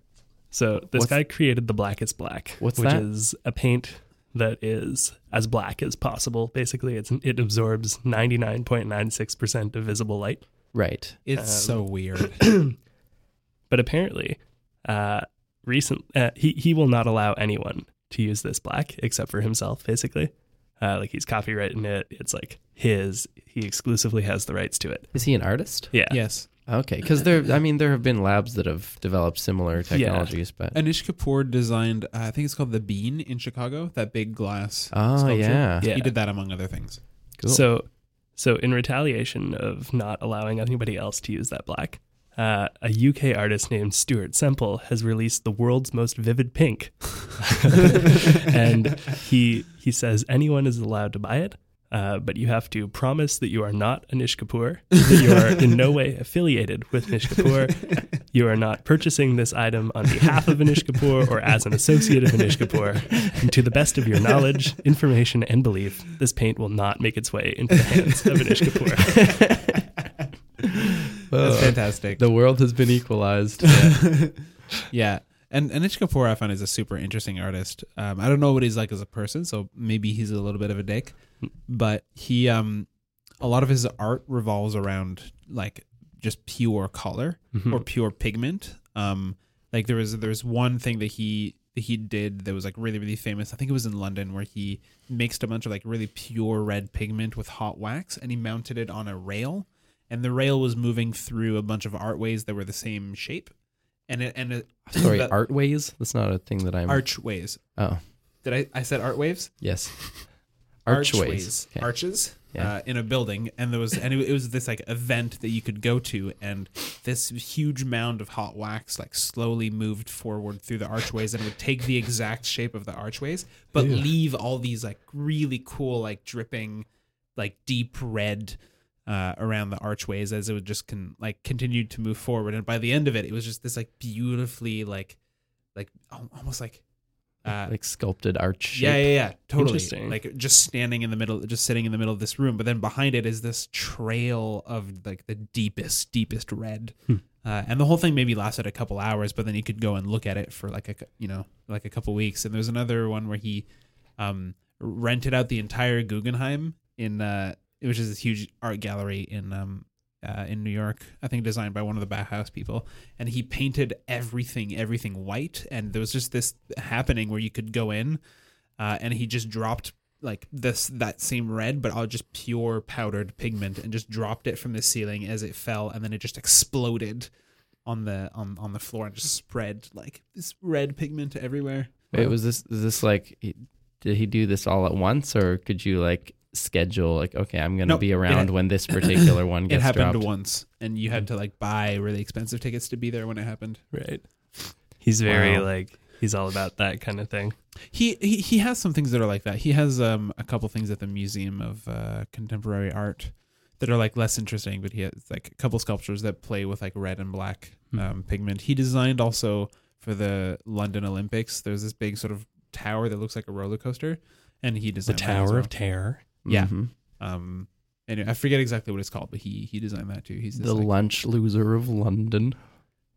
So this What's- guy created The Black is Black, What's which that? is a paint that is as black as possible. Basically, it's it absorbs 99.96% of visible light. Right. It's Um, so weird. but apparently, uh, recent uh, he he will not allow anyone to use this black except for himself. Basically, uh, like he's copywritten it. It's like his. He exclusively has the rights to it. Is he an artist? Yeah. yes, Okay, because there. I mean, there have been labs that have developed similar technologies, but Anish Kapoor designed. Uh, I think it's called the Bean in Chicago. That big glass. oh sculpture. yeah, Yeah. He did that among other things. cool. So, so in retaliation of not allowing anybody else to use that black, uh, a UK artist named Stuart Semple has released the world's most vivid pink, and he he says anyone is allowed to buy it. Uh, but you have to promise that you are not Anish Kapoor, that you are in no way affiliated with Anish Kapoor. You are not purchasing this item on behalf of Anish Kapoor or as an associate of Anish Kapoor. And to the best of your knowledge, information, and belief, this paint will not make its way into the hands of Anish Kapoor. Oh. That's fantastic. Uh, the world has been equalized. yeah. And Anish Kapoor, I find, is a super interesting artist. Um, I don't know what he's like as a person, so maybe he's a little bit of a dick. But he, um, a lot of his art revolves around like just pure color or pure pigment. Um, like there was there's one thing that he that he did that was like really really famous. I think it was in London where he mixed a bunch of like really pure red pigment with hot wax and he mounted it on a rail, and the rail was moving through a bunch of artways that were the same shape, and it and it, Sorry, that- art ways. That's not a thing that I'm. archways. Oh, Did I I said art waves? yes. Archways. Okay. arches Yeah. uh, in a building and there was and it, it was this like event that you could go to and this huge mound of hot wax like slowly moved forward through the archways and it would take the exact shape of the archways but leave all these like really cool like dripping like deep red uh, around the archways as it would just con- like continued to move forward and by the end of it it was just this like beautifully like like al- almost like uh, Like sculpted arch. Shape. yeah, yeah, yeah, totally. Interesting. Like just standing in the middle, just sitting in the middle of this room, but then behind it is this trail of like the deepest, deepest red, uh, and the whole thing maybe lasted a couple hours. But then you could go and look at it for like a cou- you know like a couple weeks. And there's another one where he um, rented out the entire Guggenheim in uh, which is this huge art gallery in um, uh, in New York, I think designed by one of the Bauhaus people, and he painted everything, everything white. And there was just this happening where you could go in, uh, and he just dropped like this that same red, but all just pure powdered pigment, and just dropped it from the ceiling as it fell, and then it just exploded on the on on the floor and just spread like this red pigment everywhere. Wait, was this is this like? he- Did he do this all at once, or could you like schedule like, okay, I'm gonna Nope, be it around ha- when this particular one It gets happened dropped? Mm. once, and you had to like buy really expensive tickets to be there when it happened. right. He's very Wow. like he's all about that kind of thing. he, he he has some things that are like that. He has um a couple things at the Museum of uh, Contemporary Art that are like less interesting, but he has like a couple sculptures that play with like red and black um, pigment. He designed also for the London Olympics. There's this big sort of tower that looks like a roller coaster, and he The designed that as Tower of well. Terror. Yeah. Mhm. um. Anyway, I forget exactly what it's called, but he he designed that too. He's this, The like- lunch loser of London.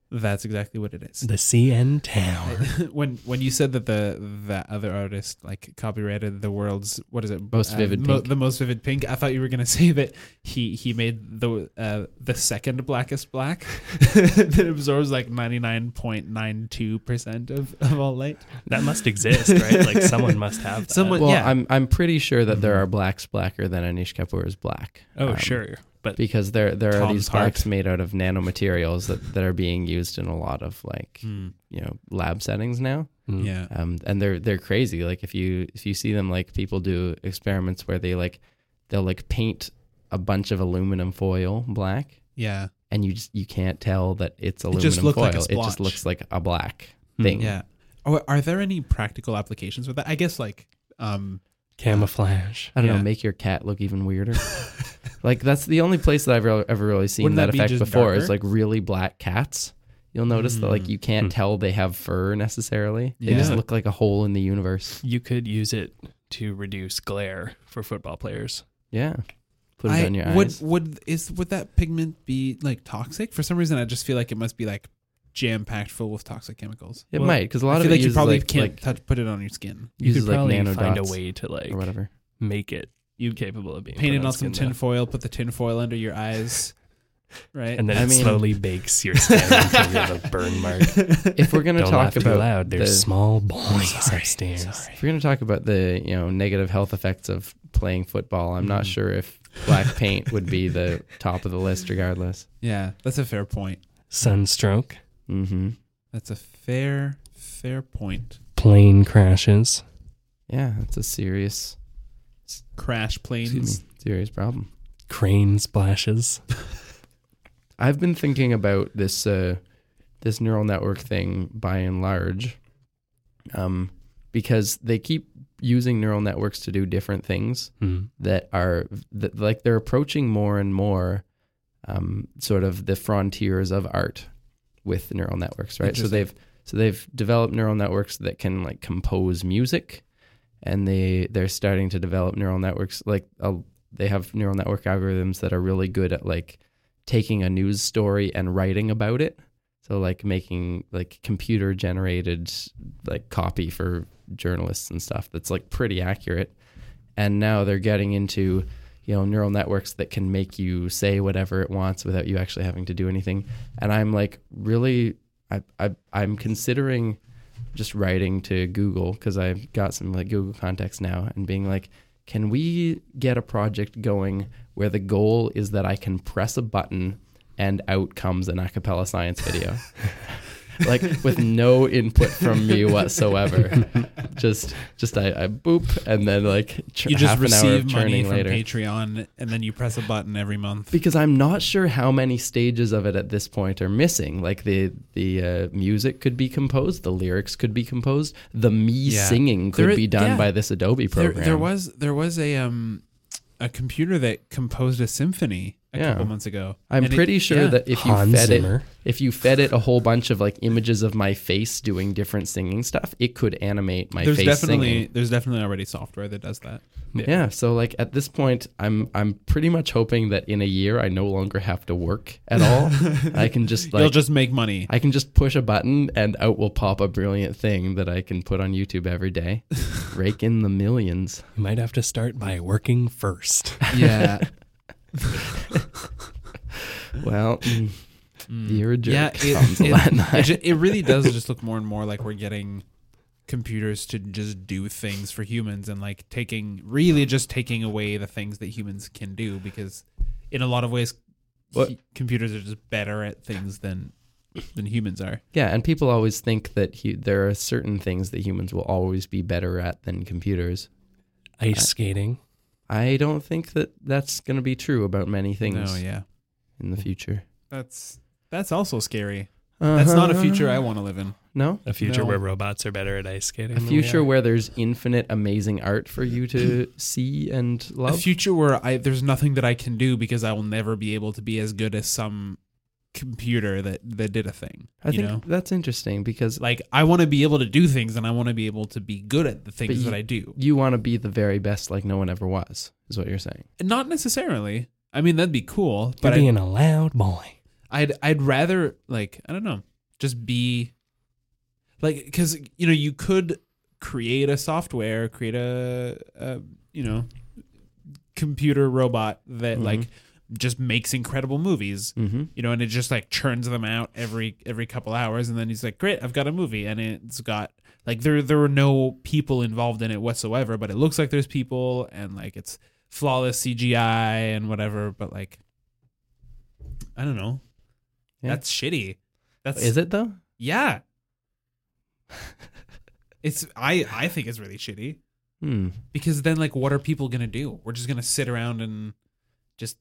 That's exactly what it is. The CN Tower. when when you said that the that other artist like copyrighted the world's what is it Uh, Most Vivid Pink. the most vivid pink I thought you were gonna say that he he made the uh, the second blackest black that absorbs like ninety nine point nine two percent of of all light That must exist, right? Like someone must have that. Someone- But well, yeah. I'm I'm pretty sure that there are blacks blacker than Anish Kapoor is black. Oh, Um, sure. But Because there there are Tom's these heart. blacks made out of nanomaterials that, that are being used in a lot of like Mm. you know lab settings now. Mm. yeah Um, and they're they're crazy. Like if you if you see them, like people do experiments where they like they'll like paint a bunch of aluminum foil black, yeah and you just you can't tell that it's aluminum just looked foil. like a it just splotch. looks like a black Hmm. thing. yeah are, are there any practical applications for that I guess like um camouflage. I don't know, Yeah. make your cat look even weirder. like that's the only place that I've re- ever really seen Wouldn't that, that be effect just before is darker? like really black cats. You'll notice that like you can't Hmm. tell they have fur necessarily. They just Yeah. look like a hole in the universe. You could use it to reduce glare for football players. Yeah. Put it I- on your would, eyes. Would is would that pigment be like toxic? For some reason, I just feel like it must be like jam packed full with toxic chemicals. It well, might because a lot I of feel it like you uses probably like, can't like, touch, put it on your skin. You uses could like probably nanodots find a way to like or whatever. make it You capable of being paint it on pronounced some in the- tin foil, put the tin foil under your eyes, right? and then I it mean- slowly bakes your skin until you have a burn mark. If we're gonna Don't talk laugh too about loud. There's the- small boys upstairs. if we're gonna talk about the you know negative health effects of playing football, I'm not sure if black paint would be the top of the list regardless. yeah, that's a fair point. Sunstroke, Mm-hmm. That's a fair fair point. plane crashes. Yeah, that's a serious Crash Excuse planes. me. Serious problem. crane splashes. I've been thinking about this uh, this neural network thing by and large, um, because they keep using neural networks to do different things Mm. that are that, like they're approaching more and more um, sort of the frontiers of art with neural networks, right? So Interesting. they've so they've developed neural networks that can like compose music, and they they're starting to develop neural networks like uh, they have neural network algorithms that are really good at like taking a news story and writing about it. So like making like computer generated like copy for journalists and stuff that's like pretty accurate. And now they're getting into you know neural networks that can make you say whatever it wants without you actually having to do anything. And I'm like really I, I I'm considering just writing to Google because I've got some like Google contacts now and being like, can we get a project going where the goal is that I can press a button and out comes an acapella science video? like with no input from me whatsoever. just just I, I boop and then like tr- You just half an hour of receive money churning from later. Patreon, and then you press a button every month. because I'm not sure how many stages of it at this point are missing. Like the the uh, music could be composed, the lyrics could be composed, the me singing could There i- be done yeah. by this Adobe There, program. there was there was a um a computer that composed a symphony a Yeah. couple months ago. I'm And it- pretty sure yeah. that if you Hans fed Zimmer. it, if you fed it a whole bunch of like images of my face doing different singing stuff, it could animate my there's face definitely singing. there's definitely already software that does that. Yeah, so like at this point, I'm I'm pretty much hoping that in a year I no longer have to work at all. I can just like You'll just make money. I can just push a button and out will pop a brilliant thing that I can put on YouTube every day. Rake in the millions. You might have to start by working first. Yeah, Well, mm, you're a jerk. yeah. It, Sounds a lot it, it, nice. ju- it really does just look more and more like we're getting computers to just do things for humans and like taking really just taking away the things that humans can do because in a lot of ways he- What- computers are just better at things than than humans are. Yeah, and people always think that hu there are certain things that humans will always be better at than computers. Ice skating. I don't think that that's going to be true about many things No, Oh, yeah. in the future. That's that's also scary. That's not Uh-huh. a future I want to live in. No, A future No. where robots are better at ice skating. a future where there's infinite amazing art for you to see and a love. future where I there's nothing that I can do because I will never be able to be as good as some computer that that did a thing. I you think know, that's interesting because like I want to be able to do things and I want to be able to be good at the things you- that I do. you want to be the very best like no one ever was is what you're saying Not necessarily. I mean, that'd be cool, You're but I, being a loud boy. I'd I'd rather like I don't know. just be like because you know you could create a software create a, a you know computer robot that Mhm. like just makes incredible movies Mm-hmm. you know and it just like churns them out every every couple hours and then he's like great i've got a movie and it's got like there there were no people involved in it whatsoever but it looks like there's people and like it's flawless cgi and whatever but like i don't know Yeah. that's shitty that's Is it though? yeah. it's I I think it's really shitty Hmm. because then like what are people going to do? We're just going to sit around and just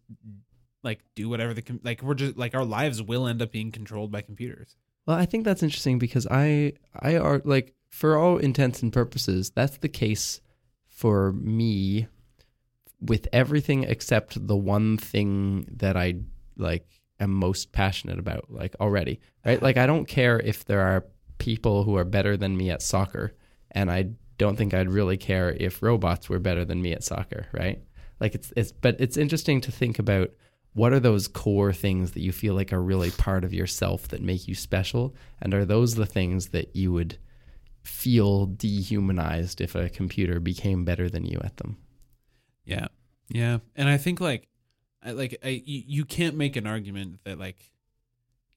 like do whatever the com- like we're just like our lives will end up being controlled by computers. Well, I think that's interesting because I I are like for all intents and purposes, that's the case for me with everything except the one thing that I like am most passionate about like already. Right? Like I don't care if there are people who are better than me at soccer and I don't think I'd really care if robots were better than me at soccer, right? Like it's it's but it's interesting to think about what are those core things that you feel like are really part of yourself that make you special and are those the things that you would feel dehumanized if a computer became better than you at them Yeah. Yeah. And I think like I like I you, you can't make an argument that like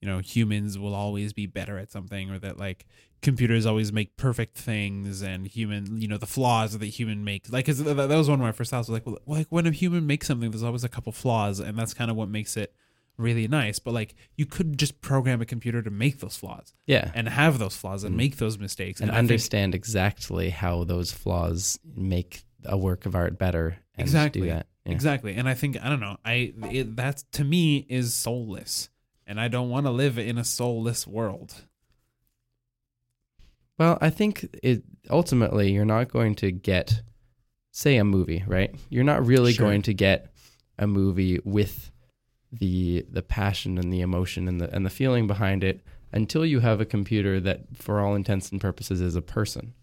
you know humans will always be better at something or that like computers always make perfect things and human you know the flaws that human makes like 'cause th- that was one of my first thoughts was like well like when a human makes something there's always a couple flaws and that's kind of what makes it really nice but like you could just program a computer to make those flaws yeah and have those flaws and make those mistakes and I think- understand exactly how those flaws make a work of art better and Exactly. do that Yeah. Exactly. And I think I don't know. I it, that to me is soulless. And I don't want to live in a soulless world. Well, I think it ultimately you're not going to get say a movie, right? You're not really Sure. going to get a movie with the the passion and the emotion and the and the feeling behind it until you have a computer that for all intents and purposes is a person.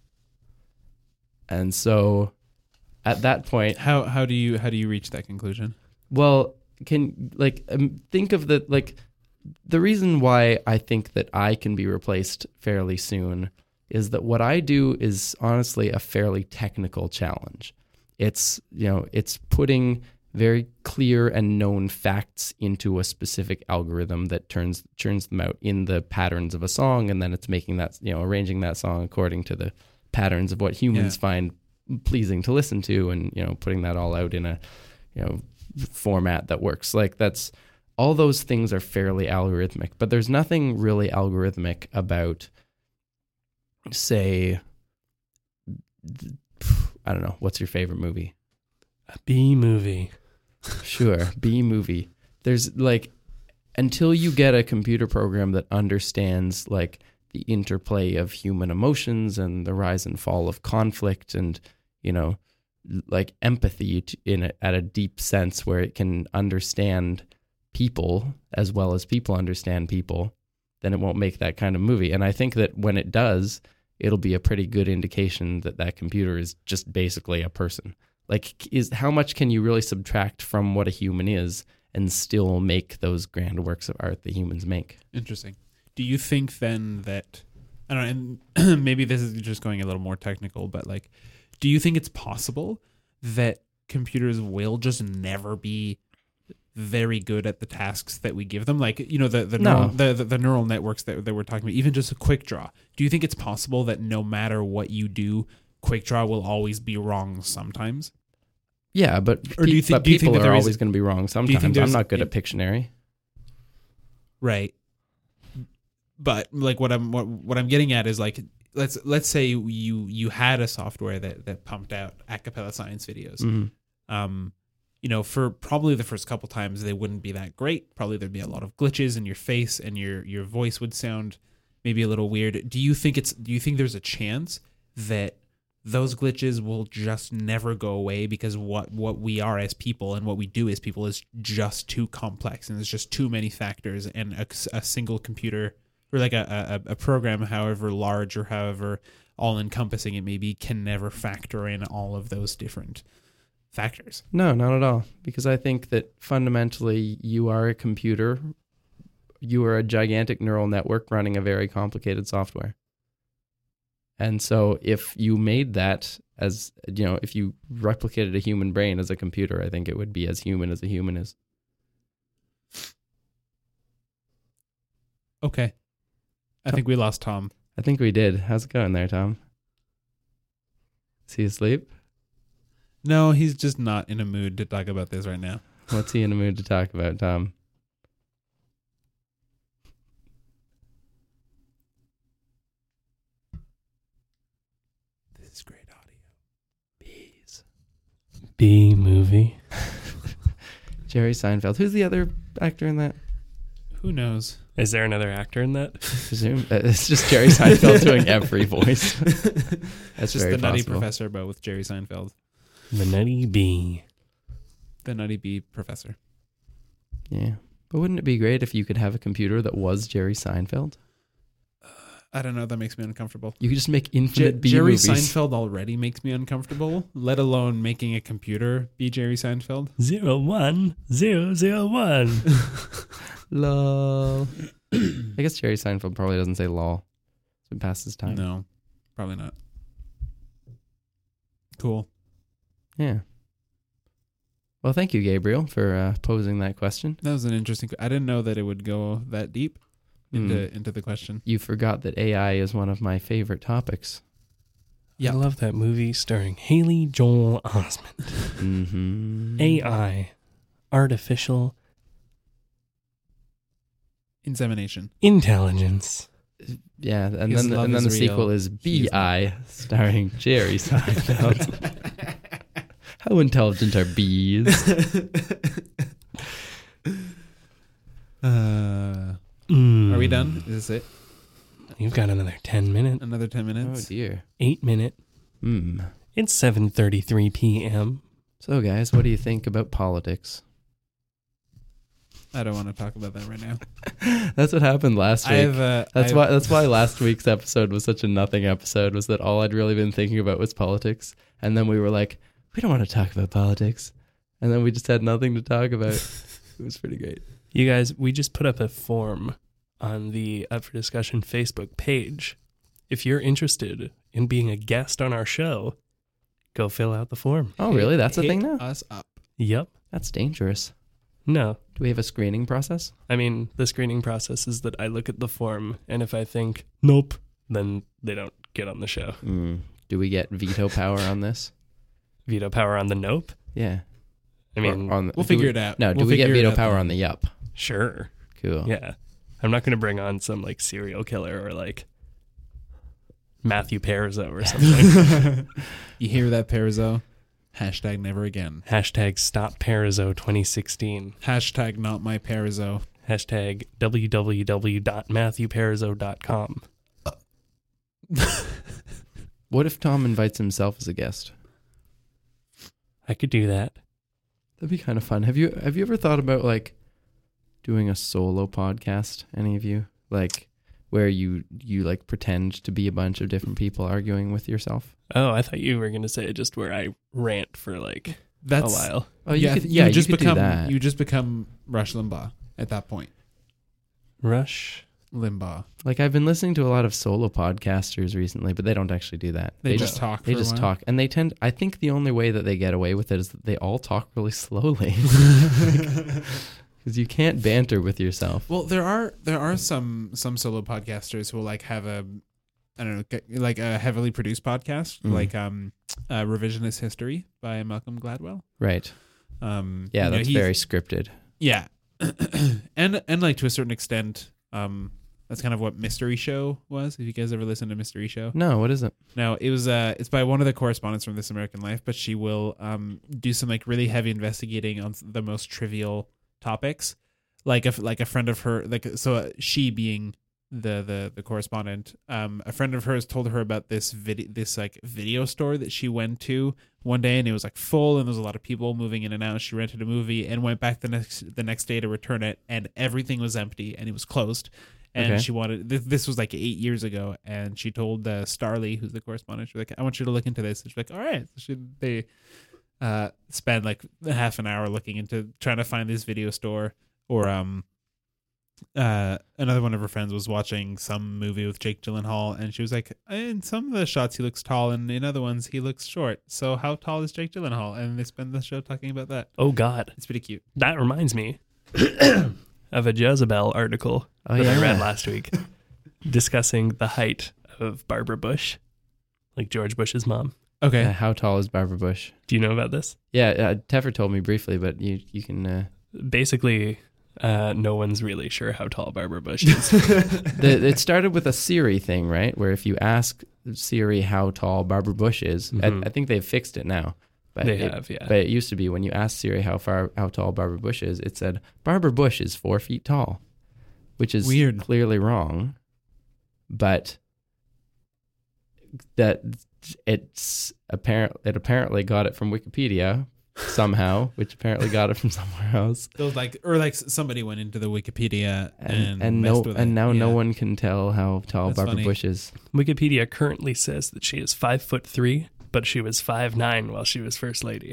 And so at that point, How how do you how do you reach that conclusion? well, can like um, think of the like the reason why I think that I can be replaced fairly soon is that what I do is honestly a fairly technical challenge. It's you know it's putting very clear and known facts into a specific algorithm that turns churns them out in the patterns of a song, and then it's making that you know arranging that song according to the patterns of what humans find pleasing to listen to, and you know putting that all out in a you know format that works. Like that's all those things are fairly algorithmic, but there's nothing really algorithmic about say th- I don't know, what's your favorite movie? A B movie. Sure, B movie. There's like until you get a computer program that understands like the interplay of human emotions and the rise and fall of conflict and you know like empathy t in a, at a deep sense where it can understand people as well as people understand people then it won't make that kind of movie and i think that when it does it'll be a pretty good indication that that computer is just basically a person like is how much can you really subtract from what a human is and still make those grand works of art that humans make Interesting. Do you think then that I don't know, and maybe this is just going a little more technical, but like do you think it's possible that computers will just never be very good at the tasks that we give them like you know the the, No. neural, the, the the neural networks that, that we're talking about even just a quick draw do you think it's possible that no matter what you do quick draw will always be wrong sometimes yeah but, Or do you think- but do you people think that are there is- always going to be wrong think sometimes i'm there's- not good at pictionary Right. But like what I'm what, what I'm getting at is like let's let's say you you had a software that that pumped out a cappella science videos. Mhm. Um you know, for probably the first couple times they wouldn't be that great. Probably there'd be a lot of glitches in your face and your your voice would sound maybe a little weird. Do you think it's do you think there's a chance that those glitches will just never go away because what what we are as people and what we do as people is just too complex and there's just too many factors and a, a single computer or like a, a, a program however large or however all encompassing it may be can never factor in all of those different factors no not at all because i think that fundamentally you are a computer you are a gigantic neural network running a very complicated software. And so if you made that as you know, if you replicated a human brain as a computer, I think it would be as human as a human is. Okay. I think we lost Tom. I think we did. How's it going there, Tom? Is he asleep? No, he's just not in a mood to talk about this right now. What's he in a mood to talk about, Tom? This is great audio. Bees. B movie. Jerry Seinfeld. Who's the other actor in that? Who knows? Is there another actor in that? Presume uh, it's just Jerry Seinfeld doing every voice. That's just very the Nutty possible. Professor, but with Jerry Seinfeld, The Nutty Bee. the Nutty Bee Professor. Yeah. But wouldn't it be great if you could have a computer that was Jerry Seinfeld? I don't know. That makes me uncomfortable. You could just make Je- infinite B Jerry movies. Seinfeld already makes me uncomfortable, let alone making a computer be Jerry Seinfeld. Zero one zero zero one. Lol. I guess Jerry Seinfeld probably doesn't say lol. So it passes time. No, probably not. Cool. Yeah. Well, thank you, Gabriel, for uh, posing that question. That was an interesting. I didn't know that it would go that deep into Hmm. into the question. You forgot that AI is one of my favorite topics. Yeah. I love that movie starring Haley Joel Osment. Mm-hmm. AI, artificial Insemination. intelligence. Yeah, and His then the, love and then the is real. sequel is He's- BI, starring Jerry Seinfeld. How intelligent are bees? Oh, Uh, Mm. Are we done? hmm. Is this it? You've got another 10 minutes, Another ten Oh minutes? dear. 8 minute. Hmm. It's 7:33 p.m. So, guys, what do you think about politics? I don't want to talk about that right now. That's what happened last I week. have. Uh, That's I- why that's why last week's episode was such a nothing episode was that all I'd really been thinking about was politics and then we were like we don't want to talk about politics and then we just had nothing to talk about. it was pretty great. You guys, we just put up a form on the Up for Discussion Facebook page. If you're interested in being a guest on our show, go fill out the form. Oh, really? That's a hit thing now? Us up. Yep. That's dangerous. No. Do we have a screening process? I mean, the screening process is that I look at the form, and if I think, nope, then they don't get on the show. Do we get veto power on this? Veto power on the nope? Yeah. I mean, Or on the, We'll do figure we- it out. No, we'll do we get figure it veto out power then. on the yup? sure. Cool. Yeah. I'm not going to bring on some like serial killer or like Matthew Perzo or something. You hear that, Perizo? Hashtag never again. Hashtag stop Perzo 2016. Hashtag not my Perizo. Hashtag www.matthewperzo.com. What if Tom invites himself as a guest? I could do that. That'd be kind of fun. Have you have you ever thought about like doing a solo podcast? Any of you like where you you like pretend to be a bunch of different people arguing with yourself? Oh, I thought you were going to say just where I rant for like That's a while. Oh, you yeah, could yeah, you, just could become do that. you just become Rush Limbaugh at that point. Rush. Limbaugh. like I've been listening to a lot of solo podcasters recently, but they don't actually do that. They just talk They for a just while. talk, and they tend. I think the only way that they get away with it is that they all talk really slowly, because you can't banter with yourself. Well, there are there are some some solo podcasters who will like have a I don't know get- like a heavily produced podcast Mhm. like um uh, revisionist history by Malcolm Gladwell. Right? Um, Yeah, you know, that's he- very scripted. yeah, and and like to a certain extent, um, that's kind of what Mystery Show was. If you guys ever listened to Mystery Show, No, what is it? Now it was uh it's by one of the correspondents from This American Life, but she will um do some like really heavy investigating on the most trivial topics, like if like a friend of her like so uh, she being the the the correspondent um a friend of hers told her about this video this like video store that she went to one day and it was like full and there was a lot of people moving in and out she rented a movie and went back the next the next day to return it and everything was empty and it was closed and Okay. she wanted th- this was like eight years ago and she told uh, starley who's the correspondent she's like i want you to look into this and she's like all right so she, they uh spend like half an hour looking into trying to find this video store or um uh, another one of her friends was watching some movie with Jake Gyllenhaal, and she was like, "In some of the shots, he looks tall, and in other ones, he looks short. So how tall is Jake Gyllenhaal?" And they spend the show talking about that. Oh God, It's pretty cute. that reminds me of a Jezebel article Oh, that I read yeah. last week discussing the height of Barbara Bush, like George Bush's mom. Okay, Uh, how tall is Barbara Bush? Do you know about this? Yeah, uh, Teffer told me briefly, but you you can. Uh, basically uh, no one's really sure how tall Barbara Bush is. the, it started with a Siri thing, right? Where if you ask Siri how tall Barbara Bush is, Mm-hmm. Mhm. I, I think they've fixed it now. But they it, have, yeah. But it used to be when you asked Siri how far how tall Barbara Bush is, it said Barbara Bush is four feet tall, which is Weird. clearly wrong. But that it's apparent it apparently got it from Wikipedia somehow, which apparently got it from somewhere else, Those like or like s- somebody went into the Wikipedia and and and, no messed with and it. now no Yeah. one can tell how tall That's Barbara funny. Bush is. Wikipedia currently says that she is five foot three, but she was five nine while she was first lady,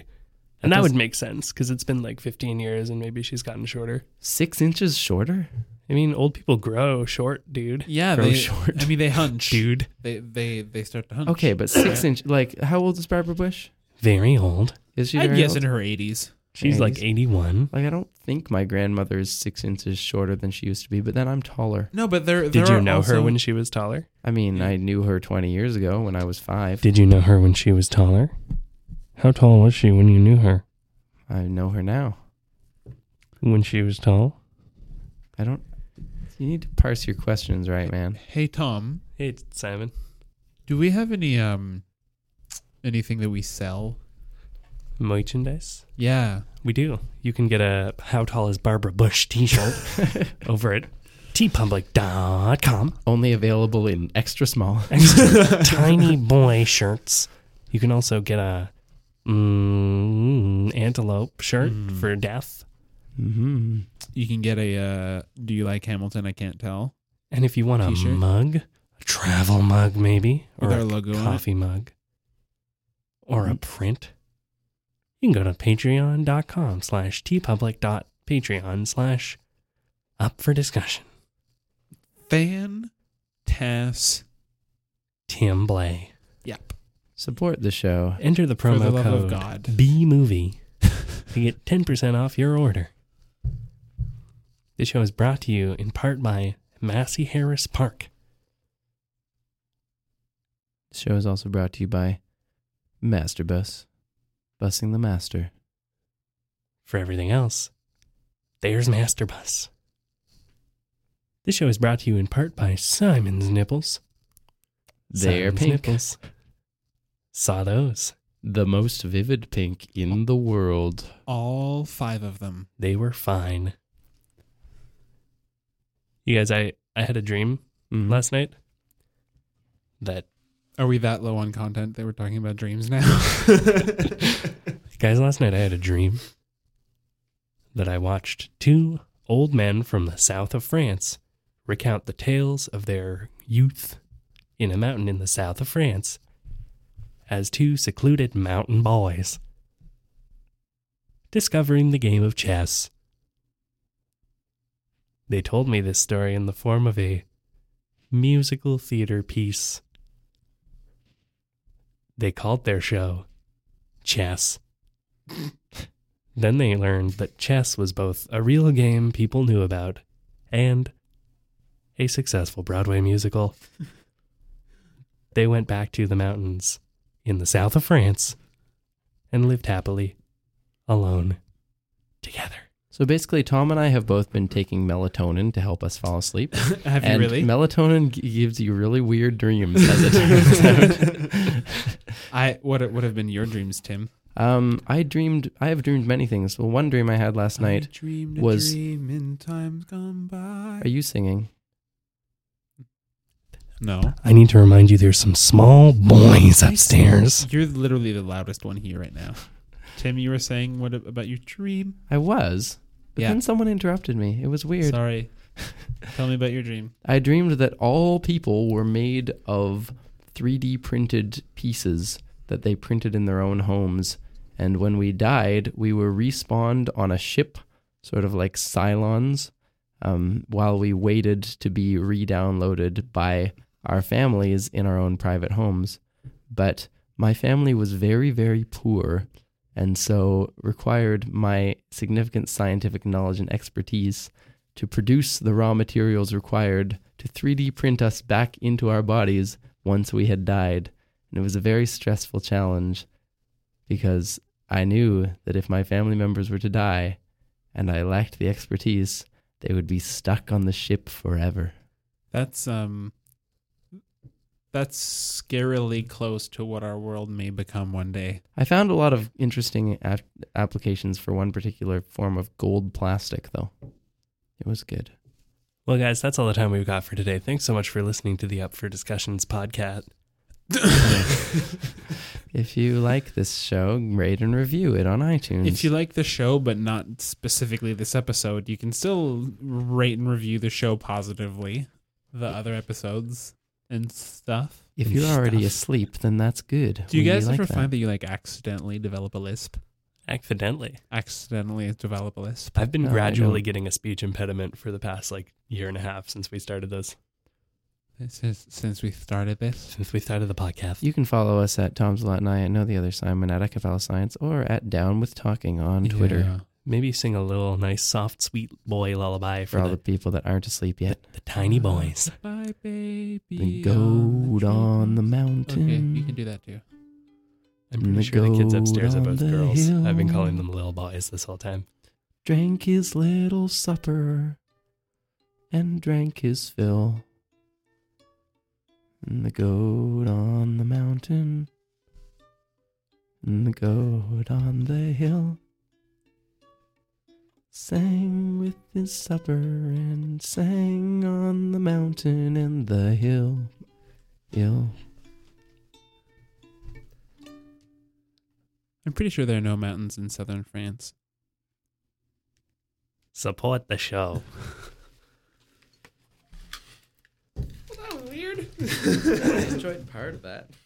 and That that would doesn't- make sense because it's been like fifteen years, and maybe she's gotten shorter. Six inches shorter. I mean, old people grow short, dude. Yeah, grow they, short. I mean, they hunch. Dude, They they they start to hunch. Okay, but six inch. Like, how old is Barbara Bush? very old. Is she? I very guess old? in her eighties. She's like Eighties. eighty-one. Like I don't think my grandmother is six inches shorter than she used to be, but then I'm taller. No, but there. Did there you are know her also- when she was taller? I mean, Yeah. I knew her 20 years ago when I was five. Did you know her when she was taller? How tall was she when you knew her? I know her now. When she was tall? I don't. You need to parse your questions right, man. Hey Tom, Hey, Simon. do we have any um anything that we sell? Merchandise. Yeah, We do. You can get a How Tall is Barbara Bush t shirt over at tpublic.com. Only available in extra small. Tiny boy shirts. You can also get a mm, antelope shirt Mm. for death. hmm you can get a. Uh, do you like Hamilton? I can't tell. And if you want a T-shirt. mug, a travel mug maybe, or With our a logo on Hmm. it. coffee mug, or a print, you can go to patreon.com slash tpublic.patreon slash up for discussion. Fan, Tass. Tim Blay. Yep. Support the show. Enter the For the promo love of code God. B movie to get 10% off your order. This show is brought to you in part by Massey Harris Park. The show is also brought to you by Master Bus, busing the master. For everything else, there's Master Bus. This show is brought to you in part by Simon's Nipples. They are Simon's pink. Nipples. Saw those. The most vivid pink in the world. All five of them. They were fine. You guys, I, I had a dream Mhm. last night that Are we that low on content that we're talking about dreams now? Guys, last night I had a dream that I watched two old men from the south of France recount the tales of their youth in a mountain in the south of France as two secluded mountain boys discovering the game of chess. They told me this story in the form of a musical theater piece. They called their show Chess. Then they learned that chess was both a real game people knew about and a successful Broadway musical. they went back to the mountains in the south of France and lived happily alone together. So basically, Tom and I have both been taking melatonin to help us fall asleep. Have and you really? Melatonin g- gives you really weird dreams, as it turns I what would have been your dreams, Tim? out. um, I dreamed. I have dreamed many things. Well, one dream I had last night. dreamed a was- dream in times gone by. Are you singing? no. I need to remind you there's some small boys upstairs. You're literally the loudest one here right now. Tim, you were saying what ab- about your dream? I was. But Yeah. then someone interrupted me. It was weird. Sorry. Tell me about your dream. I dreamed that all people were made of 3D printed pieces that they printed in their own homes. And when we died, we were respawned on a ship, sort of like Cylons, um, while we waited to be re downloaded by our families in our own private homes. But my family was very, very poor and so required my significant scientific knowledge and expertise to produce the raw materials required to 3D print us back into our bodies once we had died. And it was a very stressful challenge because I knew that if my family members were to die and I lacked the expertise, they would be stuck on the ship forever. That's um that's scarily close to what our world may become one day. I found a lot of interesting ap- applications for one particular form of gold plastic, though. It was good. Well, guys, that's all the time we've got for today. Thanks so much for listening to the Up for Discussions podcast. If you like this show, rate and review it on iTunes. If you like the show, but not specifically this episode, you can still rate and review the show positively, the other episodes and stuff. if you're already Stuff. asleep, then that's good. Do you We guys like ever that. find that you like accidentally develop a lisp? Accidentally, Accidentally develop a lisp. I've been No, I gradually don't. getting a speech impediment for the past like year and a half since we started this, Since since we started this, since we started the podcast. You can follow us at Tom's Lot and I and know the other Simon at Acapella Science or at Down with Talking on Twitter Yeah. Maybe sing a little nice, soft, sweet boy lullaby for for all the the, people that aren't asleep yet. the tiny boys. Bye, baby. The on goat on the treetops. mountain. Okay, you can do that too. And I'm pretty the sure the kids goat upstairs are on both the girls. I've been hill. calling them little boys this whole time. Drank his little supper and drank his fill. And the goat on the mountain and the goat on the hill sang with his supper and sang on the mountain and the hill. Ill. I'm pretty sure there are no mountains in southern France. Support the show. Was that weird? I enjoyed part of that.